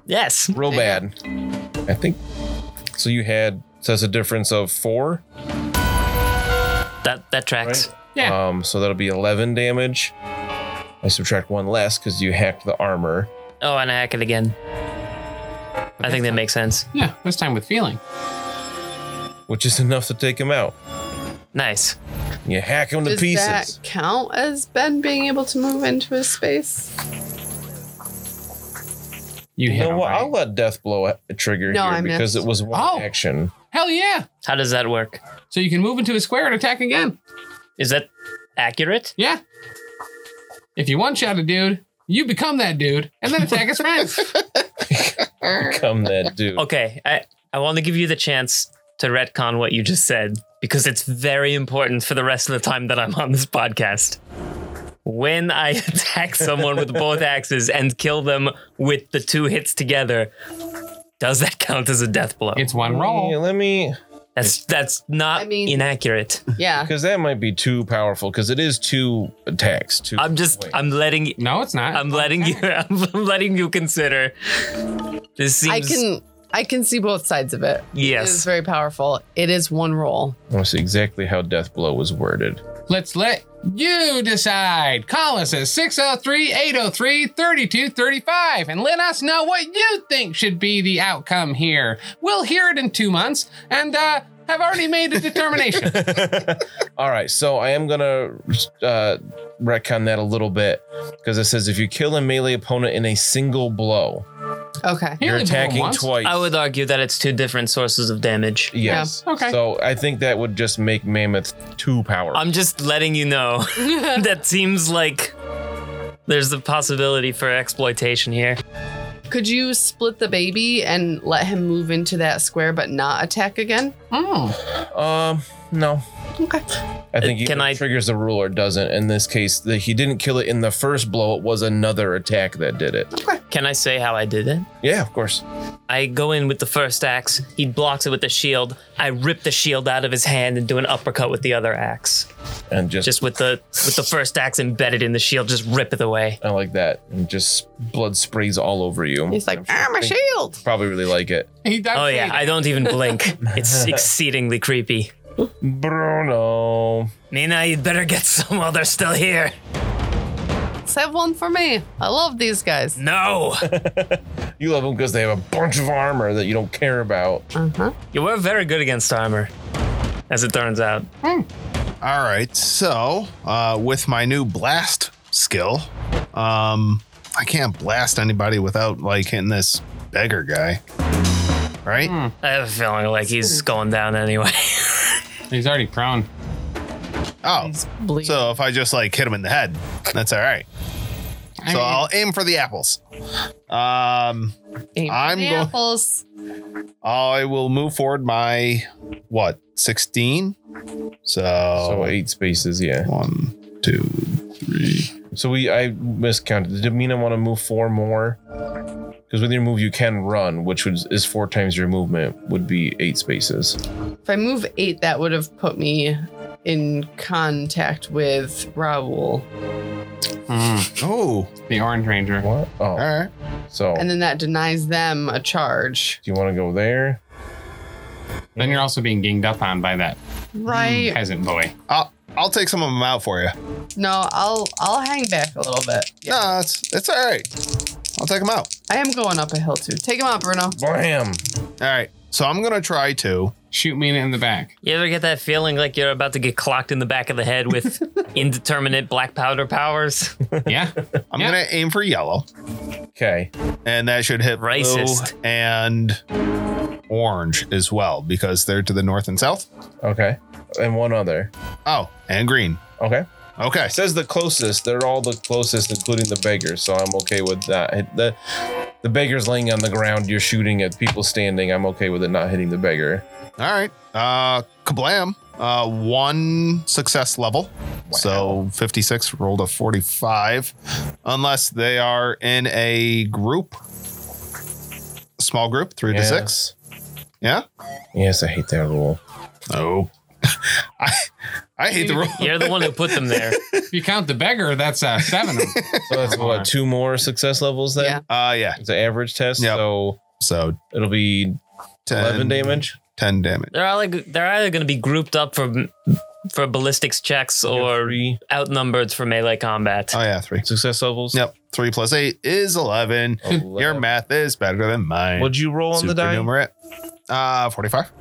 H: Yes.
E: Real bad. I think. So you had. So that's a difference of four.
H: That that tracks.
D: Yeah.
E: Um, so that'll be eleven damage. I subtract one less because you hacked the armor.
H: Oh, and I hack it again. I think that makes sense.
D: Yeah, this time with feeling.
E: Which is enough to take him out.
H: Nice.
E: You hack him to
B: Does
E: pieces.
B: that count as Ben being able to move into his space?
D: You
E: You
D: hit
E: know
D: him,
E: what?
D: right?
E: I'll let death blow a a trigger
B: No,
E: here
B: I
E: because
B: missed.
E: it was one
D: Oh.
E: action.
D: Hell yeah!
H: How does that work?
D: So you can move into a square and attack again.
H: Is that accurate?
D: Yeah. If you one shot a dude, you become that dude and then attack his friends.
E: Come that dude.
H: Okay, I, I want to give you the chance to retcon what you just said because it's very important for the rest of the time that I'm on this podcast. When I attack someone with both axes and kill them with the two hits together, does that count as a death blow?
D: It's one
E: Yeah,
D: roll.
E: let me,
H: that's that's not
B: I mean-
H: inaccurate.
B: Yeah.
E: because that might be too powerful. Because it is two attacks. Two.
H: I'm just I'm letting
D: No, it's not.
H: I'm letting you I'm letting you consider. This seems
B: I can I can see both sides of it. It is
H: yes.
B: very powerful. It is one roll.
E: I want to see exactly how death blow was worded.
D: Let's let you decide. Call us at 603 803 3235 and let us know what you think should be the outcome here. We'll hear it in two months and uh, have already made a determination.
E: All right, so I am gonna uh, retcon that a little bit because it says if you kill a melee opponent in a single blow,
B: Okay.
D: You
E: you're
D: only blow
E: attacking
D: once. Oh,
E: twice.
H: I would argue that it's two different sources of damage.
E: Yes.
D: Yeah, okay. Um,
E: So I think that would just make Mammoth too powerful.
H: I'm just letting you know. that seems like there's a possibility for exploitation here.
B: Could you split the baby and let him move into that square but not attack again?
D: Mm.
E: Um, no.
B: Okay.
E: I think
H: Uh,
E: he
H: can I-
E: triggers the rule or doesn't. In this case, the, he didn't kill it in the first blow. It was another attack that did it.
H: Can I say how I did it?
E: Yeah, of course.
H: I go in with the first axe, he blocks it with the shield. I rip the shield out of his hand and do an uppercut with the other axe.
E: And just,
H: Just with the with the first axe embedded in the shield, just rip it away.
E: I like that. And just blood sprays all over you.
B: He's like, ah, my shield.
E: Probably really like it.
D: He does
H: Oh
D: say
H: yeah,
D: that.
H: I don't even blink. It's exceedingly creepy.
E: Bruno.
H: Nina, you'd better get some while they're still here.
B: Let's have one for me. I love these guys.
H: No!
E: You love them because they have a bunch of armor that you don't care about.
H: you were very good against armor, as it turns out.
I: All right. So, uh, with my new blast skill, um, I can't blast anybody without like hitting this beggar guy. Right?
B: Hmm,
H: I have a feeling like he's going down anyway.
D: He's already prone.
I: Oh.
B: Bleed.
I: So if I just like hit him in the head, that's all right. So I'll aim for the apples. Um,
B: Aim for
I: I'm
B: the
I: go-
B: apples.
I: I will move forward my what 16. So, Oh.
E: So eight spaces, yeah.
I: one, two, three.
E: So we, I miscounted. Did Mina want to move four more? Because with your move, you can run, which would, is four times your movement, would be eight spaces.
B: If I move eight, that would have put me in contact with Raoul.
D: Mm,
I: Oh,
D: the Orange Ranger.
E: What?
I: all
E: Oh,
I: right.
E: so
B: And
E: do
B: then that denies them a charge.
E: you want to go there?
D: Then you're also being ganged up on by that
B: Right.
D: peasant boy.
I: I'll I'll take some of them out for you.
B: No, I'll I'll hang back a little bit. Yeah.
I: No, it's it's all right. I'll take them out.
B: I am going up a hill too. Take him out, Bruno.
E: Blam!
I: All right. So I'm gonna try to.
D: Shoot me in the back.
H: You ever get that feeling like you're about to get clocked in the back of the head with indeterminate black powder powers?
D: Yeah.
I: I'm
D: Yeah.
I: gonna aim for yellow,
E: Okay.
I: and that should hit blue
H: Racist.
I: and orange as well because they're to the north and south.
E: Okay. And one other.
I: Oh, and green.
E: Okay.
I: Okay.
E: It says the closest. They're all the closest, including the beggar. So I'm okay with that. It- The the beggar's laying on the ground. You're shooting at people standing. I'm okay with it not hitting the beggar.
I: All right. Uh, kablam. Uh, one success level. So 56 rolled a 45, unless they are in a group, small group, three to
E: Yeah.
I: six. Yeah.
E: Yes, I hate that rule.
I: Oh, I I hate the rule.
H: You're the one who put them there.
D: If you count the beggar, that's uh, seven of them.
E: So that's what two more success levels then.
B: Yeah.
I: Uh, yeah.
E: It's an average test,
I: Yep.
E: so
I: So
E: it'll be
I: 10,
E: eleven damage.
I: 10 damage.
H: They're either, they're either going to be grouped up for for ballistics checks or
E: three
H: outnumbered for melee combat.
I: Oh, yeah. Three.
E: success levels.
I: Yep. Three plus eight is 11. Your
E: 11.
I: math is better than mine.
E: What'd you roll on the die?
I: Supernumerate. Uh, 45.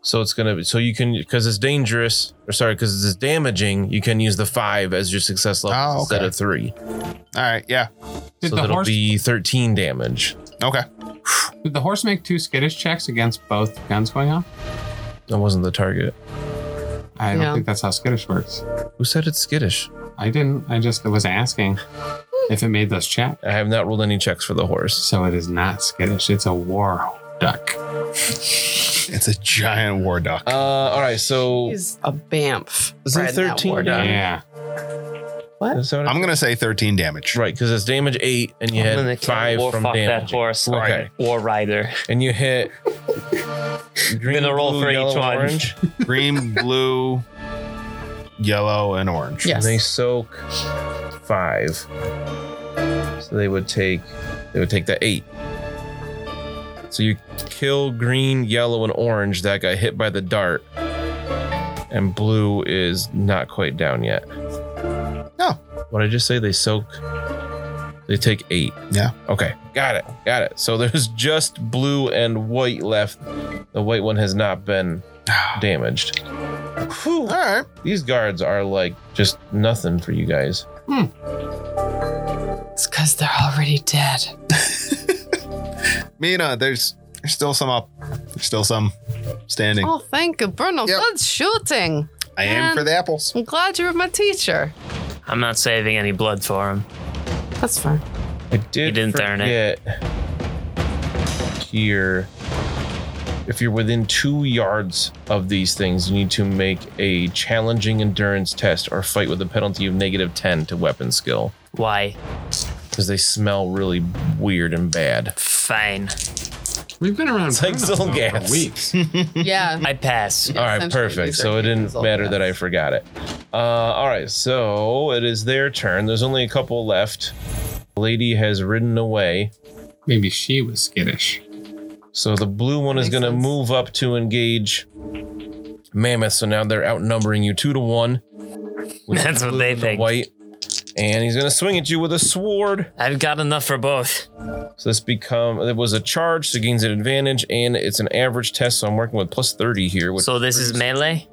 E: So it's gonna be so you can because it's dangerous or sorry because it's damaging. You can use the five as your success level
I: Oh, okay.
E: instead of three.
I: All right. Yeah.
G: Did,
E: so
G: the
E: that'll
G: horse,
E: be thirteen damage.
I: Okay.
G: did the horse make two skittish checks against both guns going off?
E: That wasn't the target.
G: I don't
B: Yeah.
G: think that's how skittish works.
E: Who said it's skittish?
G: I didn't. I just was asking if it made those checks.
E: I have not rolled any checks for the horse.
G: So it is not skittish. It's a war duck.
I: It's a giant war duck.
E: Uh, all right, so
B: He's a bamf.
E: Is it
B: riding that
E: 13?
B: war dog.
G: Yeah.
E: is that what it-
I: I'm gonna say 13 damage.
E: right because it's damage eight and you
H: I'm
E: had
H: gonna kill
E: five
H: war
E: from
H: fuck
E: damage,
H: that horse.
E: Okay.
H: Right. War rider.
E: and you hit. green,
H: Gonna roll
E: blue,
H: for each
E: yellow,
H: one.
E: Orange.
I: Green, blue, yellow, and orange.
B: Yes.
E: And they soak five. So they would take they would take that eight. So you kill green, yellow, and orange that got hit by the dart. And blue is not quite down yet.
I: No.
E: What did I just say? They soak. They take eight.
I: Yeah.
E: Okay. Got it. Got it. So there's just blue and white left. The white one has not been damaged.
I: All right.
E: These guards are like just nothing for you guys.
B: It's because they're already dead.
I: Mina, there's there's still some up. There's still some standing.
B: Oh, thank you, Bruno.
I: Yep.
B: Good shooting.
I: I am
B: man.
I: for the apples.
B: I'm glad you were my teacher.
H: I'm not saving any blood for him.
B: That's fine.
E: I did
H: You didn't earn
E: forget here. If you're within two yards of these things, you need to make a challenging endurance test or fight with a penalty of negative 10 to weapon skill
H: Why?
E: because they smell really weird and bad.
H: Fine.
G: We've been around
E: It's like
G: Bruno
E: Zolgatz.
G: now for weeks.
B: Yeah.
H: I pass.
E: all right,
B: Essentially,
E: perfect.
B: these are
E: So it didn't
B: handles of
E: matter that I
B: tests.
E: forgot it. Uh, all right, so it is their turn. There's only a couple left. Lady has ridden away.
G: Maybe she was skittish.
E: So the blue one is
B: Makes
E: going to
B: sense.
E: move up to engage Mammoth. So now they're outnumbering you two to one. with
H: That's what
E: blue
H: they
E: and the
H: think.
E: White. And he's going to swing at you with a sword.
H: I've got enough for both.
E: So this become it was a charge, so gains an advantage, and it's an average test. So I'm working with plus 30 here. Which,
H: So this is melee?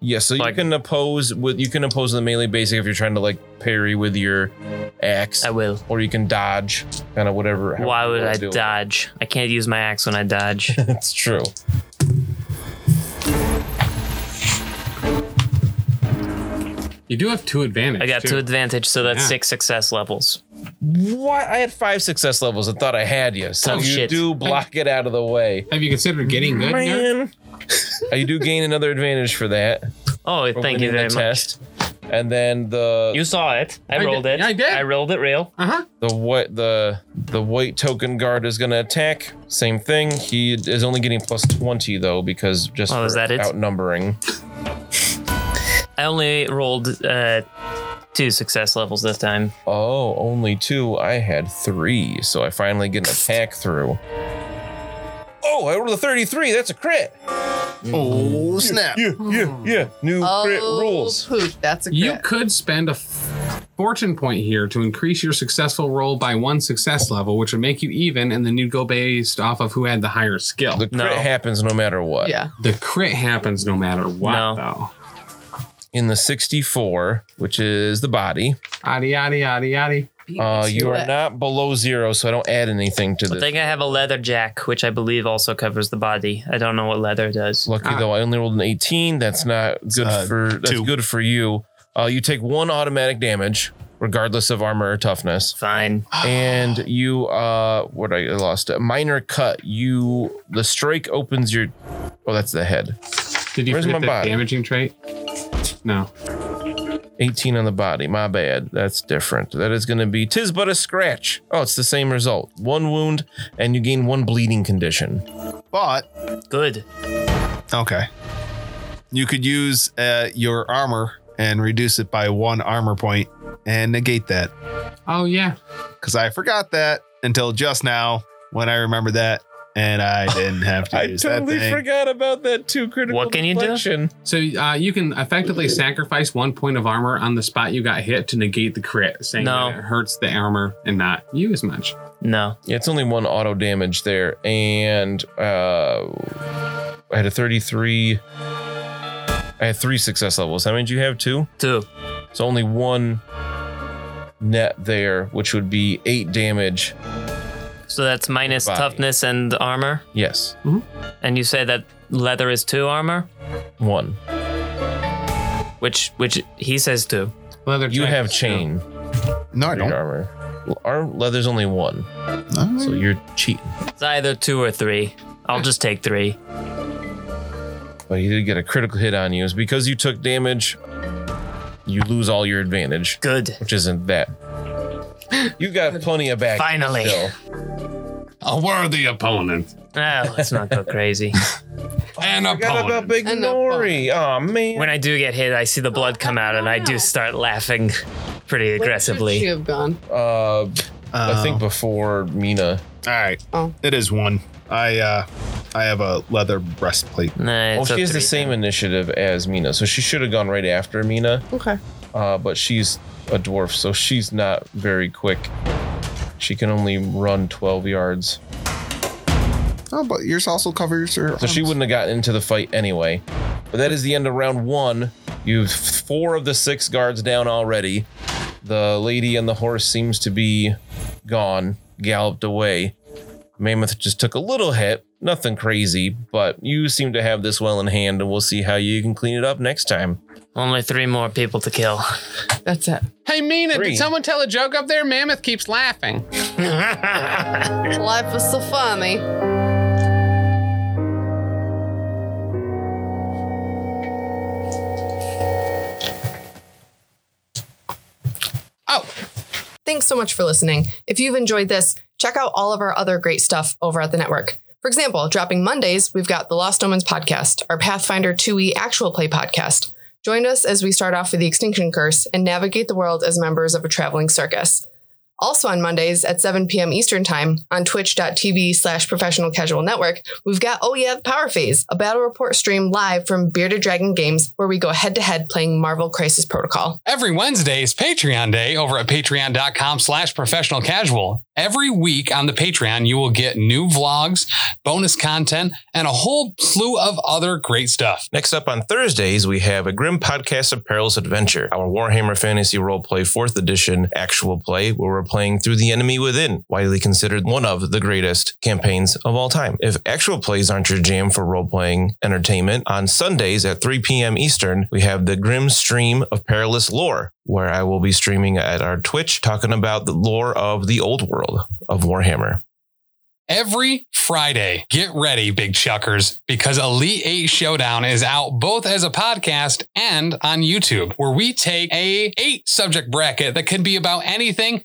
E: yeah, so you
H: like-
E: can oppose with you can oppose the melee basic if you're trying to like parry with your axe,
H: I will.
E: or you can dodge, kind of whatever. however
H: Why
E: you
H: would
E: wanna
H: I
E: do it.
H: dodge? I can't use my axe when I dodge.
E: That's true.
G: You do have two advantages.
H: I got
G: too.
H: two advantage, so that's
G: Yeah.
H: six success levels.
E: What? I had five success levels and thought I had you. So
H: Oh,
E: you
H: shit.
E: do block it out of the way.
G: Have you considered getting good? nerd?
E: Man. I Uh, do gain another advantage for that.
H: Oh,
E: for
H: thank you
E: winning
H: very
E: the
H: much.
E: Test. And then the
H: You saw it. I,
G: I
H: rolled
G: did-
H: it.
G: I did.
H: I rolled it real.
E: the white the the white token guard is gonna attack. Same thing. He is only getting plus twenty though because just
H: Oh, is
E: for
H: that it?
E: outnumbering.
H: I only rolled uh, two success levels this time.
E: Oh, only two. I had three, so I finally get an attack through. Oh, I rolled a thirty-three. That's a crit.
I: Oh snap!
E: Yeah, yeah, yeah. New crit
B: Oh,
E: rules.
B: poop. That's a crit.
G: You could spend a f- fortune point here to increase your successful roll by one success level, which would make you even, and then you'd go based off of who had the higher skill.
E: The
G: The,
E: crit
H: No.
E: happens no matter what.
B: yeah.
G: crit happens no matter what,
H: No.
G: though.
E: In the 64, which is the body,
G: Adi, adi, adi, adi.
E: uh, you
B: Do
E: are
B: it.
E: not below zero, so I don't add anything to
H: I
E: this.
H: think I have a leather jack, which I believe also covers the body. I don't know what leather does.
E: Lucky though, I only rolled an 18. That's not good
I: Uh,
E: for that's
I: two.
E: good for you. Uh, you take one automatic damage, regardless of armor or toughness.
H: Fine.
E: and you uh what I lost a minor cut. You the strike opens your oh that's the head.
G: Did you
E: Where's
G: forget
E: my
G: the
E: body?
G: damaging trait? No.
E: 18 on the body. My bad. That's different. That is going to be tis but a scratch. Oh, it's the same result. One wound, and you gain one bleeding condition.
I: But
H: Good.
I: okay, you could use uh, your armor and reduce it by one armor point and negate that
G: Oh, yeah.
I: because I forgot that until just now when I remembered that and I didn't have to use that thing.
E: forgot about that two critical.
H: What can you do?
E: deflection.
G: So uh, you can effectively sacrifice one point of armor on the spot you got hit to negate the crit, saying
H: No.
G: that it hurts the armor and not you as much.
H: No.
E: Yeah, it's only one auto damage there, and uh, I had a 33. I had three success levels. How many did you have? Two?
H: Two.
E: So only one net there, which would be eight damage.
H: So that's minus
E: Body.
H: toughness and armor.
E: Yes,
H: And you say that leather is two armor,
E: one.
H: which which he says two.
L: Leather
E: You
L: jacket.
E: have chain
I: No, I
E: for your
I: don't.
E: armor. Well, Our leather's only one,
I: No.
E: so you're cheating.
H: It's either two or three. I'll just take three.
E: But he did get a critical hit on you. It's because you took damage. You lose all your advantage,
H: Good.
E: which isn't that. You got plenty of back.
H: Finally.
E: still.
M: A worthy opponent.
H: Oh, let's not go crazy.
M: An
E: Forgot about
M: opponent.
E: Big
N: And a bone.
E: Nori. Aw, man.
H: When I do get hit, I see the blood come out, and I do start laughing pretty
N: Where should she
H: aggressively.
N: have gone.
E: Uh, I
I: Uh,
E: think before Mina.
I: All right.
N: Oh.
I: It is one. I uh, I have a leather breastplate.
H: Nah,
E: Oh,
H: it's up
E: she has
H: to
E: the
H: me.
E: same initiative as Mina, so she should have gone right after Mina.
N: Okay.
E: Uh, but she's a dwarf, so she's not very quick. She can only run 12 yards.
I: Oh, but yours also covers your.
E: So she
I: arms.
E: wouldn't have gotten into the fight anyway. But that is the end of round one. You've four of the six guards down already. The lady and the horse seems to be gone, galloped away. Mammoth just took a little hit, nothing crazy, but you seem to have this well in hand, and we'll see how you can clean it up next time.
H: Only three more people to kill.
N: That's it.
D: Hey, Mina,
E: Three.
D: did someone tell a joke up there? Mammoth keeps laughing.
N: Life was so funny.
D: Oh,
B: Thanks so much for listening. If you've enjoyed this, check out all of our other great stuff over at the network. For example, dropping Mondays, we've got the Lost Omens podcast, our Pathfinder 2e actual play podcast. Join us as we start off with the Extinction Curse and navigate the world as members of a traveling circus. Also on Mondays at 7 p.m. Eastern Time on twitch.tv slash professional casual network, we've got Oh Yeah, the Power Phase, a battle report stream live from Bearded Dragon Games where we go head to head playing Marvel Crisis Protocol.
D: Every Wednesday is Patreon Day over at patreon.com slash professional casual. Every week on the Patreon, you will get new vlogs, bonus content, and a whole slew of other great stuff.
O: Next up on Thursdays, we have a Grim Podcast of Perilous Adventure, our Warhammer Fantasy Roleplay 4th Edition actual play where we're playing through The Enemy Within, widely considered one of the greatest campaigns of all time. If actual plays aren't your jam for roleplaying entertainment, on Sundays at 3 p.m. Eastern, we have the Grim Stream of Perilous Lore, where I will be streaming at our Twitch talking about the lore of the old world of Warhammer.
D: Every Friday, get ready, big chuckers, because Elite 8 Showdown is out both as a podcast and on YouTube, where we take a eight subject bracket that could be about anything